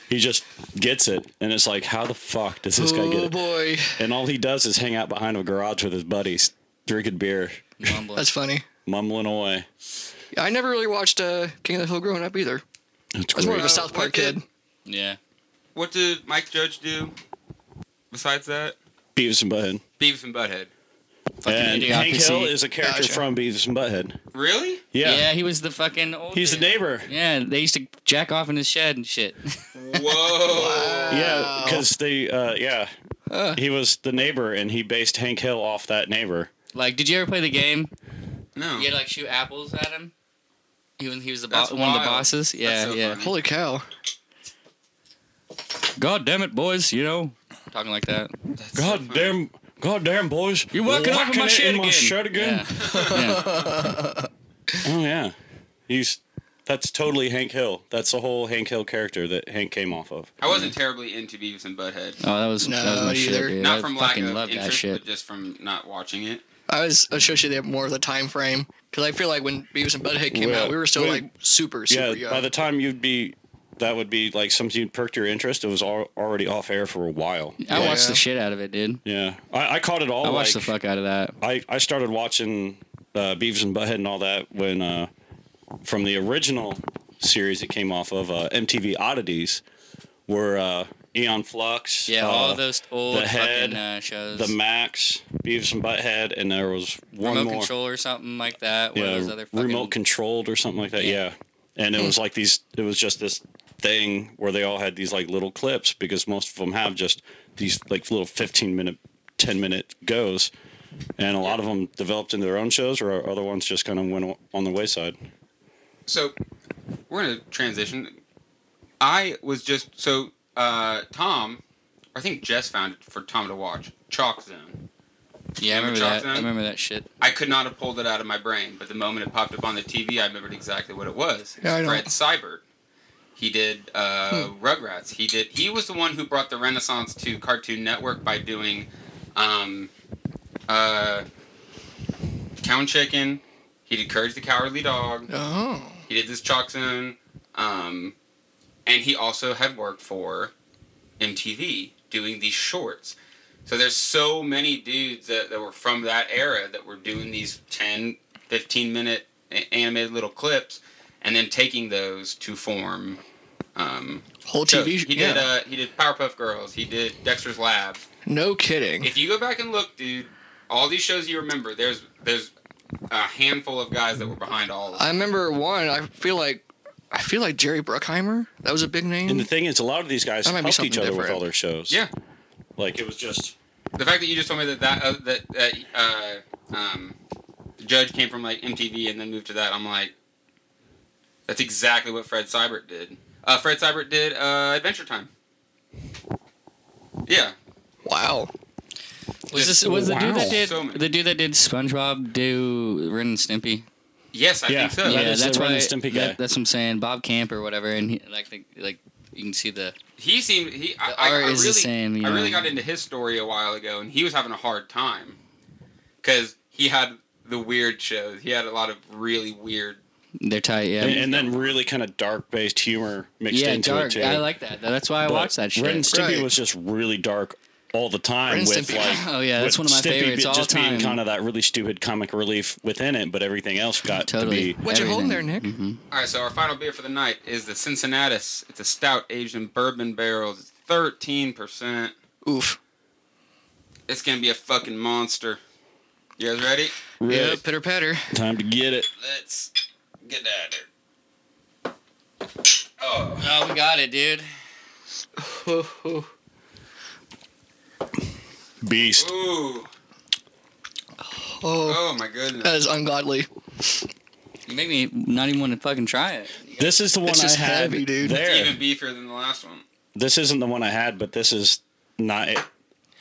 Speaker 4: He just gets it, and it's like, how the fuck does this guy get
Speaker 11: Oh
Speaker 4: it?
Speaker 11: boy,
Speaker 4: And all he does is hang out behind a garage with his buddies, drinking beer,
Speaker 11: that's funny.
Speaker 4: mumbling away.
Speaker 11: I never really watched uh, King of the Hill growing up either.
Speaker 4: It's
Speaker 11: I was more of
Speaker 4: great.
Speaker 11: a South Park
Speaker 10: Wicked.
Speaker 11: kid.
Speaker 3: yeah.
Speaker 10: What did Mike Judge do? Besides that,
Speaker 4: Beavis and Butthead.
Speaker 10: Beavis and Butthead.
Speaker 3: Fucking
Speaker 4: and Hank
Speaker 3: idiocracy.
Speaker 4: Hill is a character
Speaker 11: Gotcha.
Speaker 4: from Beavis and Butthead.
Speaker 10: Really?
Speaker 4: Yeah.
Speaker 3: yeah. he was the fucking old
Speaker 4: He's the
Speaker 3: dude.
Speaker 4: neighbor.
Speaker 3: Yeah, they used to jack off in his shed and shit. [laughs]
Speaker 10: Whoa!
Speaker 4: Yeah, because they, uh, yeah. He was the neighbor, and he based Hank Hill off that neighbor.
Speaker 3: like, did you ever play the game?
Speaker 10: no.
Speaker 3: You had to, like shoot apples at him. He was, he was the bo-
Speaker 10: That's
Speaker 3: one of the
Speaker 10: wild.
Speaker 3: bosses. Yeah,
Speaker 10: so
Speaker 3: yeah.
Speaker 10: funny.
Speaker 11: Holy cow!
Speaker 3: God damn it, boys! You know, talking like that.
Speaker 4: God damn, God damn, boys!
Speaker 3: You're working off of
Speaker 4: Whacking
Speaker 3: my
Speaker 4: it
Speaker 3: shit
Speaker 4: in
Speaker 3: again.
Speaker 4: my shirt again.
Speaker 3: Yeah. Yeah.
Speaker 4: Oh yeah, he's that's totally Hank Hill. That's the whole Hank Hill character that Hank came off of.
Speaker 10: I wasn't terribly into Beavis and Butthead.
Speaker 3: Oh, that was that was
Speaker 11: No,
Speaker 3: my shit.
Speaker 11: either.
Speaker 3: Dude.
Speaker 10: not
Speaker 3: I
Speaker 10: from lack
Speaker 3: fucking
Speaker 10: of
Speaker 3: love that
Speaker 10: interest,
Speaker 3: shit.
Speaker 10: but just from not watching it.
Speaker 11: I was associated more with the time frame because I feel like when Beavis and Butthead came
Speaker 4: Well,
Speaker 11: out, we were still
Speaker 4: well,
Speaker 11: like super, super
Speaker 4: yeah,
Speaker 11: young.
Speaker 4: by the time you'd be, that would be like something you'd perked your interest. It was al- already off air for a while.
Speaker 3: I watched
Speaker 11: Yeah.
Speaker 3: the shit out of it, dude.
Speaker 4: Yeah, I, I caught it all.
Speaker 3: I watched
Speaker 4: like-
Speaker 3: the fuck out of that.
Speaker 4: I, I started watching uh, Beavis and Butthead and all that when uh, from the original series it came off of uh, MTV Oddities, were uh, Eon Flux,
Speaker 3: Yeah,
Speaker 4: uh,
Speaker 3: all those old
Speaker 4: the head,
Speaker 3: fucking uh, shows.
Speaker 4: the Max, Beavis and Butthead, and there was one
Speaker 3: remote
Speaker 4: more,
Speaker 3: control or something like that. One of those
Speaker 4: yeah,
Speaker 3: other fucking,
Speaker 4: remote controlled or something like that. Yeah, and it was like these. It was just this thing where they all had these like little clips because most of them have just these like little fifteen minute, ten minute goes. And a lot of them developed into their own shows, or other ones just kind of went on the wayside.
Speaker 10: So we're gonna transition. I was just so uh, Tom. I think Jess found it for Tom to watch Chalk Zone.
Speaker 3: Yeah, I remember
Speaker 10: Chalk
Speaker 3: that.
Speaker 10: Zone?
Speaker 3: I remember that shit.
Speaker 10: I could not have pulled it out of my brain, but the moment it popped up on the TV, I remembered exactly what it was. It was
Speaker 11: Yeah, I Hmm. know.
Speaker 10: Fred Seibert. He did uh, Rugrats. He did. He was the one who brought the Renaissance to Cartoon Network by doing um, uh, Cow and Chicken. He did Courage the Cowardly Dog.
Speaker 11: oh,
Speaker 10: He did this Chalk Zone, um, and he also had worked for MTV doing these shorts. So there's so many dudes that, that were from that era that were doing these 10, 15 minute a- animated little clips, and then taking those to form. Um,
Speaker 11: whole
Speaker 10: shows.
Speaker 11: TV.
Speaker 10: He
Speaker 11: yeah.
Speaker 10: did. Uh, he did Powerpuff Girls. He did Dexter's Lab.
Speaker 11: no kidding.
Speaker 10: If you go back and look, dude, all these shows you remember, there's there's a handful of guys that were behind all of them.
Speaker 11: I remember one. I feel like I feel like Jerry Bruckheimer. That was a big name.
Speaker 4: And the thing is, a lot of these guys
Speaker 11: Mm. That might be
Speaker 4: helped each
Speaker 11: something
Speaker 4: other with
Speaker 11: different.
Speaker 4: all their shows.
Speaker 10: Yeah.
Speaker 4: Like it was just
Speaker 10: The fact that you just told me that that uh, that, that uh, um, the judge came from like MTV and then moved to that, I'm like, that's exactly what Fred Seibert did. Uh, Fred Seibert did uh, Adventure Time. Yeah,
Speaker 11: wow.
Speaker 3: Was this was the dude
Speaker 4: Wow.
Speaker 3: that did
Speaker 10: So many.
Speaker 3: the dude that did SpongeBob do Ren and Snippy?
Speaker 10: yes, I
Speaker 4: Yeah.
Speaker 10: think so.
Speaker 4: that
Speaker 3: yeah,
Speaker 4: is the
Speaker 3: that's
Speaker 4: Ren
Speaker 3: why.
Speaker 4: and Stimpy guy.
Speaker 3: That, that's what I'm saying. Bob Camp or whatever, and he, like the, like you can see the
Speaker 10: He seemed he. I,
Speaker 3: The
Speaker 10: I,
Speaker 3: art
Speaker 10: I
Speaker 3: is the
Speaker 10: really,
Speaker 3: same, you
Speaker 10: I really
Speaker 3: know.
Speaker 10: got into his story a while ago, and he was having a hard time because he had the weird shows. He had a lot of really weird.
Speaker 3: they're tight. Yeah,
Speaker 4: and, and then really kind of dark based humor mixed
Speaker 3: yeah,
Speaker 4: into it
Speaker 3: dark.
Speaker 4: too.
Speaker 3: I like that. That's why I
Speaker 4: But
Speaker 3: watch that shit.
Speaker 4: Ren and Stimpy
Speaker 11: Right.
Speaker 4: was just really dark all the time
Speaker 11: Ren and
Speaker 4: with
Speaker 11: Stimpy.
Speaker 4: like
Speaker 3: [laughs] Oh, yeah, that's
Speaker 4: with
Speaker 3: one of my
Speaker 4: Stimpy
Speaker 3: favorites
Speaker 4: be-
Speaker 3: all
Speaker 4: just being
Speaker 3: time.
Speaker 4: kind of that really stupid comic relief within it, but everything else got
Speaker 3: totally.
Speaker 4: to be
Speaker 11: What you holding there,
Speaker 3: Everything.
Speaker 11: Nick?
Speaker 10: All right, so our final beer for the night is the Cincinnatus. It's a stout aged in bourbon barrels. It's thirteen percent.
Speaker 11: Oof.
Speaker 10: It's gonna be a fucking monster. You guys ready?
Speaker 11: Yeah,
Speaker 4: really
Speaker 11: pitter patter.
Speaker 4: time to get it.
Speaker 10: Let's get at it. Oh,
Speaker 3: Oh, we got it, dude.
Speaker 4: Beast.
Speaker 10: ooh,
Speaker 11: Oh,
Speaker 10: oh my goodness.
Speaker 11: that is ungodly.
Speaker 3: You make me not even want to fucking try it.
Speaker 4: This is the one
Speaker 11: It's just
Speaker 4: I had
Speaker 11: heavy, dude.
Speaker 4: there.
Speaker 10: It's even beefier than the last one.
Speaker 4: this isn't the one I had, but this is not. It.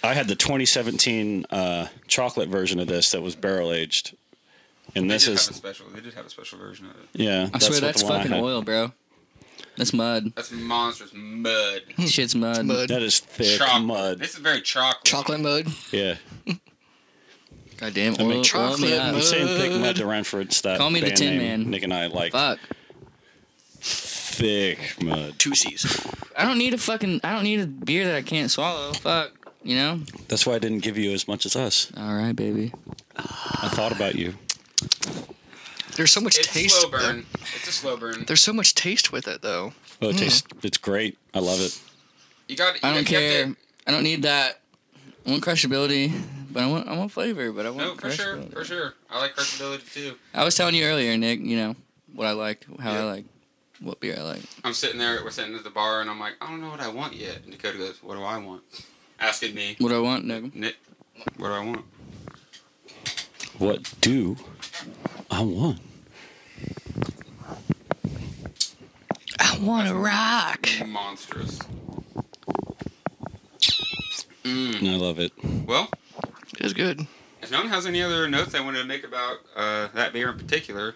Speaker 4: I had the 2017 uh, chocolate version of this that was barrel aged, and
Speaker 10: They
Speaker 4: this
Speaker 10: did
Speaker 4: is
Speaker 10: have a special. They did have a special version of it.
Speaker 4: yeah.
Speaker 3: I swear that's fucking
Speaker 4: had.
Speaker 3: oil, bro. That's mud.
Speaker 10: That's monstrous mud.
Speaker 3: Shit's mud.
Speaker 11: Mud.
Speaker 4: That is thick
Speaker 10: Chocolate.
Speaker 4: mud.
Speaker 10: This is very chocolate.
Speaker 11: Chocolate mud.
Speaker 4: Yeah,
Speaker 3: Goddamn
Speaker 4: mean,
Speaker 3: oil. oil
Speaker 11: chocolate
Speaker 3: me up.
Speaker 4: I'm
Speaker 11: mud.
Speaker 4: saying thick mud to Renford's that
Speaker 3: Call me the
Speaker 4: band
Speaker 3: Tin
Speaker 4: name
Speaker 3: Man.
Speaker 4: Nick and I like
Speaker 3: Fuck.
Speaker 4: thick mud.
Speaker 11: Two C's.
Speaker 3: I don't need a fucking. I don't need a beer that I can't swallow. Fuck. You know.
Speaker 4: That's why I didn't give you as much as us.
Speaker 3: All right, baby.
Speaker 4: I thought about you.
Speaker 11: There's so much
Speaker 10: It's a
Speaker 11: taste.
Speaker 10: slow burn. It's a slow burn.
Speaker 11: There's so much taste with it, though.
Speaker 4: [sighs] Oh, it tastes. It's great. I love it.
Speaker 10: You got. You
Speaker 3: I don't
Speaker 10: got- you have
Speaker 3: care. I don't need that. I want crushability, but I want I want flavor, but I
Speaker 10: To, no,
Speaker 3: want
Speaker 10: Oh, for sure,
Speaker 3: crushability.
Speaker 10: for sure. I like crushability too.
Speaker 3: I was telling you earlier, Nick. You know what I like, how
Speaker 10: Yeah.
Speaker 3: I like, what beer I like.
Speaker 10: I'm sitting there. We're sitting at the bar, and I'm like, I don't know what I want yet. And Dakota goes, What do I want? Asking me,
Speaker 3: What I want, Nick.
Speaker 10: Nick, what do I want?
Speaker 4: What do I want?
Speaker 11: I want to rock.
Speaker 10: Monstrous.
Speaker 4: And I love it.
Speaker 10: Well,
Speaker 11: It is good.
Speaker 10: if no one has any other notes they wanted to make about uh, that beer in particular,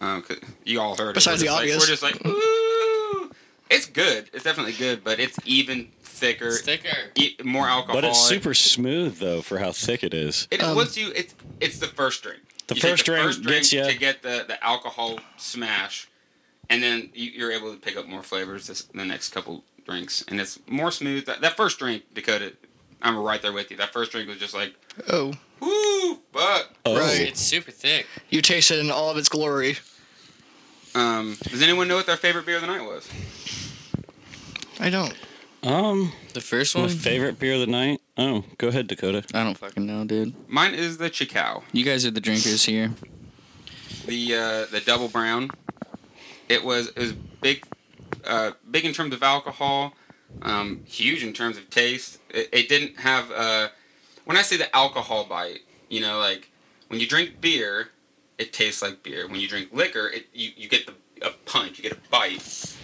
Speaker 10: um, 'cause you all heard.
Speaker 11: Besides
Speaker 10: it. We're
Speaker 11: the
Speaker 10: just like- we're just like, ooh, it's good. It's definitely good, but it's even thicker,
Speaker 3: Sticker.
Speaker 10: e- more alcohol.
Speaker 4: But it's super smooth though for how thick it is.
Speaker 10: It
Speaker 11: Um,
Speaker 10: once you it's it's the first drink.
Speaker 4: The
Speaker 10: You take
Speaker 4: first drink gets ya-
Speaker 10: to get the the alcohol smash, and then you, you're able to pick up more flavors this, the next couple drinks, and it's more smooth. That, that first drink, Dakota, I'm right there with you. That first drink was just like,
Speaker 11: Oh,
Speaker 10: ooh, fuck.
Speaker 4: Oh,
Speaker 11: Right.
Speaker 3: super thick.
Speaker 11: you taste it in all of its glory.
Speaker 10: Um, does anyone know what their favorite beer of the night was?
Speaker 11: I don't.
Speaker 4: um,
Speaker 3: The first
Speaker 4: my
Speaker 3: one.
Speaker 4: favorite beer of the night. Oh, go ahead, Dakota.
Speaker 3: I don't fucking know, dude.
Speaker 10: Mine is the Chicow,
Speaker 3: You guys are the drinkers here.
Speaker 10: the uh, the double brown. It was it was big, uh, big in terms of alcohol, um, huge in terms of taste. It, it didn't have. Uh, when I say the alcohol bite, you know, like when you drink beer, it tastes like beer. When you drink liquor, it you, you get the a punch, you get a bite.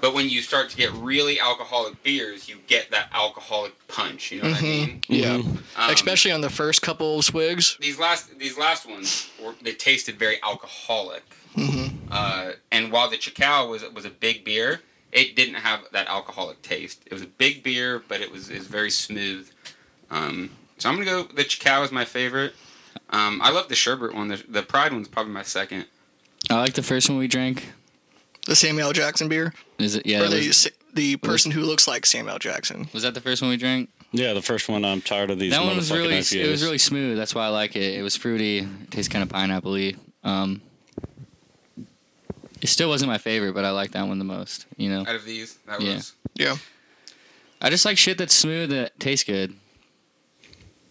Speaker 10: But when you start to get really alcoholic beers, you get that alcoholic punch. You know what I mean?
Speaker 11: Mm-hmm. Yeah.
Speaker 10: Um,
Speaker 11: Especially on the first couple of swigs.
Speaker 10: these last these last ones were, they tasted very alcoholic.
Speaker 11: Mm-hmm.
Speaker 10: Uh, and while the Chacao was was a big beer, it didn't have that alcoholic taste. It was a big beer, but it was is very smooth. Um, so I'm gonna go. The Chacao is my favorite. Um, I love the sherbet one. The, the Pride one's probably my second.
Speaker 3: I like the first one we drank.
Speaker 11: The Samuel L. Jackson beer.
Speaker 3: Is it? Yeah.
Speaker 11: or
Speaker 3: that
Speaker 11: the,
Speaker 3: Was,
Speaker 11: sa- the person who looks like Samuel L. Jackson.
Speaker 3: was that the first one we drank?
Speaker 4: Yeah, the first one. I'm tired of these.
Speaker 3: That one was
Speaker 4: motherfucking
Speaker 3: really.
Speaker 4: IPAs.
Speaker 3: It was really smooth. That's why I like it. It was fruity. It tastes kind of pineapple-y. Um, it still wasn't my favorite, but I like that one the most. You know.
Speaker 10: Out of these, that
Speaker 3: Yeah.
Speaker 10: was
Speaker 11: Yeah.
Speaker 3: I just like shit that's smooth that tastes good.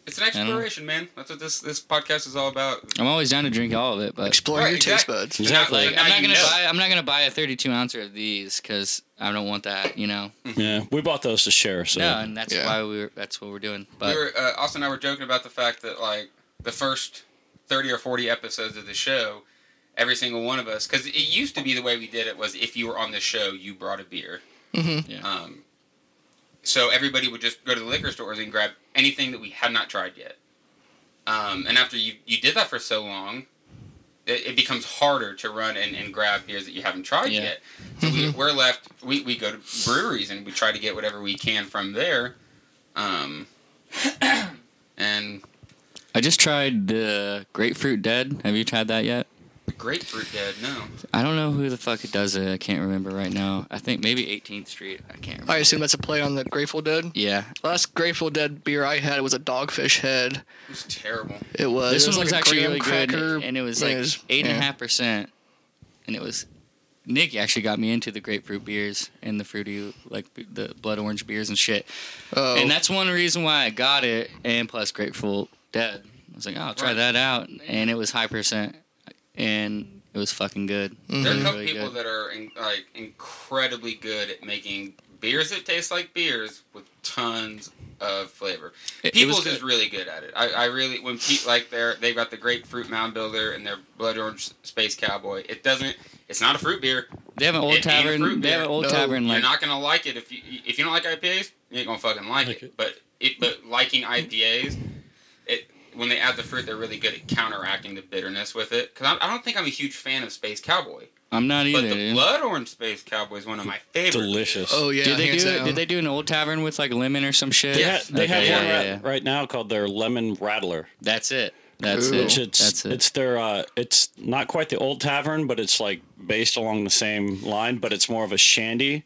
Speaker 10: It's an exploration, man. That's what this this podcast is all about.
Speaker 3: I'm always down to drink all of it, but
Speaker 11: Explore
Speaker 10: Right,
Speaker 11: your taste
Speaker 10: exact-
Speaker 11: buds.
Speaker 4: Exactly.
Speaker 3: like
Speaker 10: Now
Speaker 3: I'm not
Speaker 10: you
Speaker 3: gonna
Speaker 10: know.
Speaker 3: buy I'm not gonna buy a 32 ouncer of these because I don't want that, you know.
Speaker 4: Yeah, we bought those to share. So
Speaker 3: No, and that's
Speaker 11: Yeah.
Speaker 3: why we were, that's what we're doing. But
Speaker 10: we were uh, Austin and I were joking about the fact that like the first thirty or forty episodes of the show, every single one of us, because it used to be the way we did it was if you were on the show, you brought a beer. Mm-hmm.
Speaker 3: Yeah.
Speaker 10: Um, so everybody would just go to the liquor stores and grab anything that we had not tried yet. Um, and after you you did that for so long. It it becomes harder to run and, and grab beers that you haven't tried
Speaker 3: Yeah.
Speaker 10: yet. So we, we're left. We, we go to breweries and we try to get whatever we can from there. Um, [coughs] and
Speaker 3: I just tried the grapefruit dead. Have you tried that yet?
Speaker 10: grapefruit dead. No,
Speaker 3: I don't know who the fuck it does it. I can't remember right now. I think maybe 18th Street. I can't remember.
Speaker 11: I assume that's a play on the Grateful Dead.
Speaker 3: yeah.
Speaker 11: Last Grateful Dead beer I had was a dogfish head.
Speaker 10: it was terrible.
Speaker 11: It was.
Speaker 3: This
Speaker 11: it
Speaker 3: one was
Speaker 11: like a
Speaker 3: actually
Speaker 11: graham
Speaker 3: really
Speaker 11: cracker,
Speaker 3: good, and it was like eight and a half percent. And it was Nick actually got me into the grapefruit beers and the fruity, like the blood orange beers and shit.
Speaker 11: Oh,
Speaker 3: And that's one reason why I got it, and plus Grateful Dead. I was like, oh, I'll try
Speaker 10: Right.
Speaker 3: that out, and it was high percent, and it was fucking good.
Speaker 11: Mm-hmm.
Speaker 10: There are a
Speaker 3: Really,
Speaker 10: couple
Speaker 3: really
Speaker 10: people
Speaker 3: good.
Speaker 10: that are in, like incredibly good at making beers that taste like beers with tons of flavor.
Speaker 3: It- it was
Speaker 10: People's is
Speaker 3: good.
Speaker 10: really good at it. I, I really when Pete like their they've got the grapefruit mound builder and their blood orange space cowboy. It doesn't. It's not a fruit beer.
Speaker 3: They have an old
Speaker 10: It ain't a
Speaker 3: tavern.
Speaker 10: fruit
Speaker 3: They have
Speaker 10: beer.
Speaker 3: an old
Speaker 11: No,
Speaker 3: tavern
Speaker 10: You're
Speaker 3: like
Speaker 10: not gonna like it if you if you don't like IPAs. You ain't gonna fucking like,
Speaker 4: Like
Speaker 10: it.
Speaker 4: it.
Speaker 10: But it but liking IPAs, it when they add the fruit, they're really good at counteracting the bitterness with it. Because I, I don't think I'm a huge fan of Space Cowboy,
Speaker 3: I'm not either.
Speaker 10: but the
Speaker 3: dude.
Speaker 10: blood orange Space Cowboy is one of my favorites.
Speaker 4: delicious.
Speaker 11: oh yeah.
Speaker 3: did they
Speaker 11: hands
Speaker 3: do?
Speaker 11: down.
Speaker 3: Did they do an old tavern with like lemon or some shit?
Speaker 4: They, ha- they
Speaker 3: Okay,
Speaker 4: have
Speaker 3: yeah,
Speaker 4: one
Speaker 3: yeah,
Speaker 4: right,
Speaker 3: yeah.
Speaker 4: right now called their lemon rattler.
Speaker 3: That's it. That's
Speaker 11: Ooh.
Speaker 3: it.
Speaker 4: Which it's
Speaker 3: That's it.
Speaker 4: it's their uh, it's not quite the old tavern, but it's like based along the same line, but it's more of a shandy.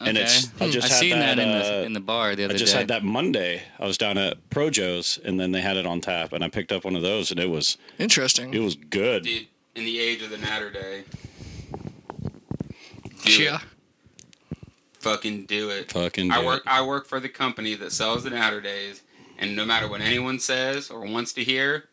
Speaker 4: And it's I just
Speaker 3: Hmm. I
Speaker 4: had
Speaker 3: seen that,
Speaker 4: that,
Speaker 3: in
Speaker 4: uh,
Speaker 3: the in the bar the
Speaker 4: I
Speaker 3: other
Speaker 4: just
Speaker 3: day.
Speaker 4: had that Monday. I was down at Projo's, and then they had it on tap, and I picked up one of those, and it was
Speaker 11: Interesting.
Speaker 4: it was good.
Speaker 10: Dude, in the age of the Natter Day, do
Speaker 11: yeah.
Speaker 10: it. Fucking do it.
Speaker 4: Fucking
Speaker 10: I
Speaker 4: do
Speaker 10: work. I work for the company that sells the Natter Days, and no matter what anyone says or wants to hear,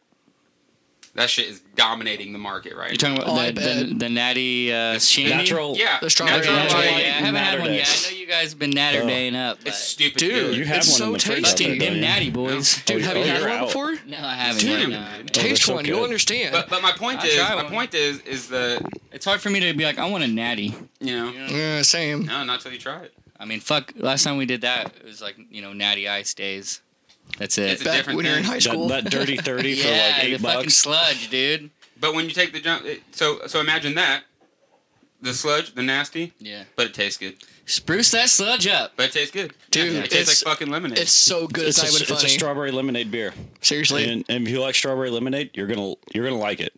Speaker 10: that shit is dominating the market right
Speaker 3: You're talking about
Speaker 11: Oh, I
Speaker 3: the, the,
Speaker 11: bet.
Speaker 3: the natty uh, shandy.
Speaker 4: Natural,
Speaker 10: now. Yeah,
Speaker 11: The strawberry
Speaker 10: natural
Speaker 3: Natural
Speaker 11: Natural
Speaker 3: light,
Speaker 10: light.
Speaker 3: yeah, I haven't had
Speaker 4: Natter
Speaker 3: one
Speaker 4: Day.
Speaker 3: yet. I know you guys been natter
Speaker 4: Oh.
Speaker 3: daying up.
Speaker 10: It's
Speaker 3: but
Speaker 10: stupid,
Speaker 11: Dude,
Speaker 10: dude.
Speaker 4: You have
Speaker 11: it's
Speaker 4: one
Speaker 11: so
Speaker 4: in the fridge.
Speaker 11: tasty.
Speaker 4: out there, don't
Speaker 3: them
Speaker 4: you?
Speaker 3: natty boys.
Speaker 11: Dude, have
Speaker 4: oh,
Speaker 11: you had
Speaker 4: you're
Speaker 11: one
Speaker 4: out.
Speaker 11: before?
Speaker 3: No, I haven't.
Speaker 11: Dude.
Speaker 3: no, I don't.
Speaker 11: Taste
Speaker 4: so
Speaker 11: one. You'll
Speaker 4: good.
Speaker 11: understand.
Speaker 10: But but my point
Speaker 3: I'll
Speaker 10: is,
Speaker 3: try
Speaker 10: my
Speaker 3: one.
Speaker 10: point is, is the
Speaker 3: It's hard for me to be like, I want a natty.
Speaker 10: you know,
Speaker 11: yeah, same.
Speaker 10: no, not till you try it.
Speaker 3: I mean, fuck. Last time we did that, it was like you know, natty ice days. That's it.
Speaker 10: It's a
Speaker 11: Back
Speaker 10: different
Speaker 11: when you're in
Speaker 10: thing.
Speaker 11: high
Speaker 4: That,
Speaker 11: school.
Speaker 4: that
Speaker 3: [laughs]
Speaker 4: dirty thirty for
Speaker 3: yeah,
Speaker 4: like
Speaker 3: the
Speaker 4: eight
Speaker 3: fucking
Speaker 4: bucks.
Speaker 3: sludge, dude.
Speaker 10: But when you take the jump, it, so so imagine that, the sludge, the nasty,
Speaker 3: Yeah.
Speaker 10: but it tastes good.
Speaker 3: Spruce that sludge up.
Speaker 10: But it tastes good,
Speaker 11: Dude,
Speaker 10: It tastes
Speaker 11: it's-
Speaker 10: like fucking lemonade.
Speaker 11: it's so good.
Speaker 4: It's,
Speaker 11: It's, not
Speaker 4: a,
Speaker 11: even
Speaker 4: it's a
Speaker 11: funny.
Speaker 4: strawberry lemonade beer,
Speaker 11: Seriously.
Speaker 4: and, and if you like strawberry lemonade, you're gonna you're gonna like it.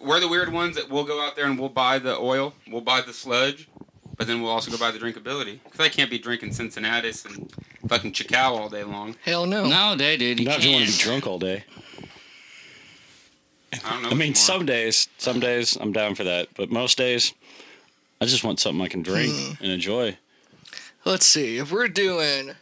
Speaker 10: We're the weird ones that we'll go out there and we'll buy the oil, we'll buy the sludge, but then we'll also go buy the drinkability because I can't be drinking Cincinnatus and fucking Chacao all day long.
Speaker 11: Hell no.
Speaker 3: No, they dude. You
Speaker 4: Oh. Not if you want to
Speaker 3: can't.
Speaker 4: be drunk all day.
Speaker 10: I don't know.
Speaker 4: I mean,
Speaker 10: what you
Speaker 4: some
Speaker 10: want.
Speaker 4: days, some days I'm down for that, but most days, I just want something I can drink and enjoy.
Speaker 11: Let's see. If we're doing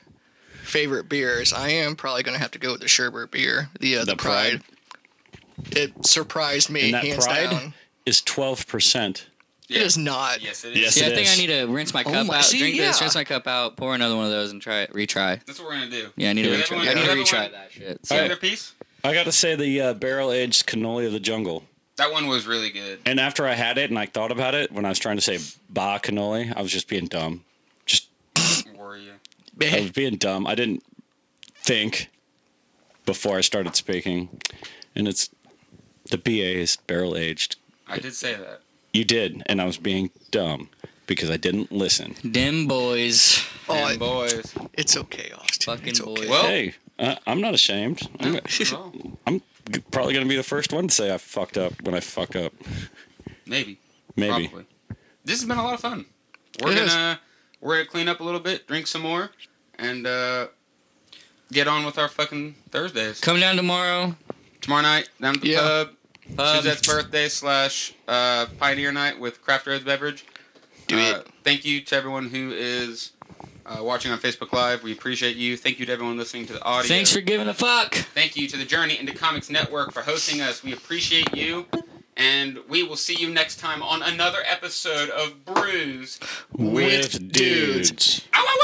Speaker 11: favorite beers, I am probably gonna have to go with the sherbet beer. The uh, the,
Speaker 4: The
Speaker 11: pride.
Speaker 4: Pride.
Speaker 11: It surprised me.
Speaker 4: And that
Speaker 11: hands
Speaker 4: pride
Speaker 11: down.
Speaker 4: is twelve percent.
Speaker 10: Yeah.
Speaker 11: It is not.
Speaker 10: Yes, it is.
Speaker 4: Yes,
Speaker 3: See,
Speaker 4: it
Speaker 3: I think I
Speaker 4: is.
Speaker 3: need to rinse my
Speaker 11: Oh
Speaker 3: cup
Speaker 11: my-
Speaker 3: out,
Speaker 11: see,
Speaker 3: drink this,
Speaker 11: yeah.
Speaker 3: rinse my cup out, pour another one of those, and try it, retry.
Speaker 10: That's what we're gonna do.
Speaker 3: Yeah, I need to
Speaker 10: Give
Speaker 3: retry. I
Speaker 10: everyone-
Speaker 3: need to
Speaker 10: give everyone-
Speaker 3: retry that shit. So,
Speaker 10: give it a piece.
Speaker 4: I got to say the uh, barrel aged cannoli of the jungle.
Speaker 10: That one was really good.
Speaker 4: And after I had it and I thought about it when I was trying to say bah cannoli, I was just being dumb. Just
Speaker 10: Were you?
Speaker 4: I was being dumb. I didn't think before I started speaking, and it's the BA is barrel aged.
Speaker 10: I did say that.
Speaker 4: You did, and I was being dumb because I didn't listen.
Speaker 3: Dem boys.
Speaker 11: Oh,
Speaker 10: Them
Speaker 11: it-
Speaker 10: boys.
Speaker 11: it's okay, Austin.
Speaker 3: Fucking
Speaker 11: it's okay.
Speaker 3: boys.
Speaker 10: Well-
Speaker 4: Hey, uh, I'm not ashamed. I'm,
Speaker 10: Oh,
Speaker 4: I'm g- probably gonna be the first one to say I fucked up when I fuck up.
Speaker 10: maybe.
Speaker 4: Maybe.
Speaker 10: Probably. This has been a lot of fun. We're
Speaker 11: It
Speaker 10: gonna we're gonna clean up a little bit, drink some more, and uh, get on with our fucking Thursdays.
Speaker 3: Come down tomorrow.
Speaker 10: Tomorrow night, down at the
Speaker 11: Yeah.
Speaker 10: pub.
Speaker 3: Pub.
Speaker 10: Suzette's birthday slash uh, Pioneer night with Craft Roads Beverage.
Speaker 11: Do
Speaker 10: Uh, Thank you to everyone who is uh, watching on Facebook Live. We appreciate you. Thank you to everyone listening to the audio.
Speaker 3: Thanks for giving a fuck.
Speaker 10: Thank you to the Journey into Comics Network for hosting us. We appreciate you. And we will see you next time on another episode of Brews.
Speaker 4: With dudes.
Speaker 10: Ow, ow, ow!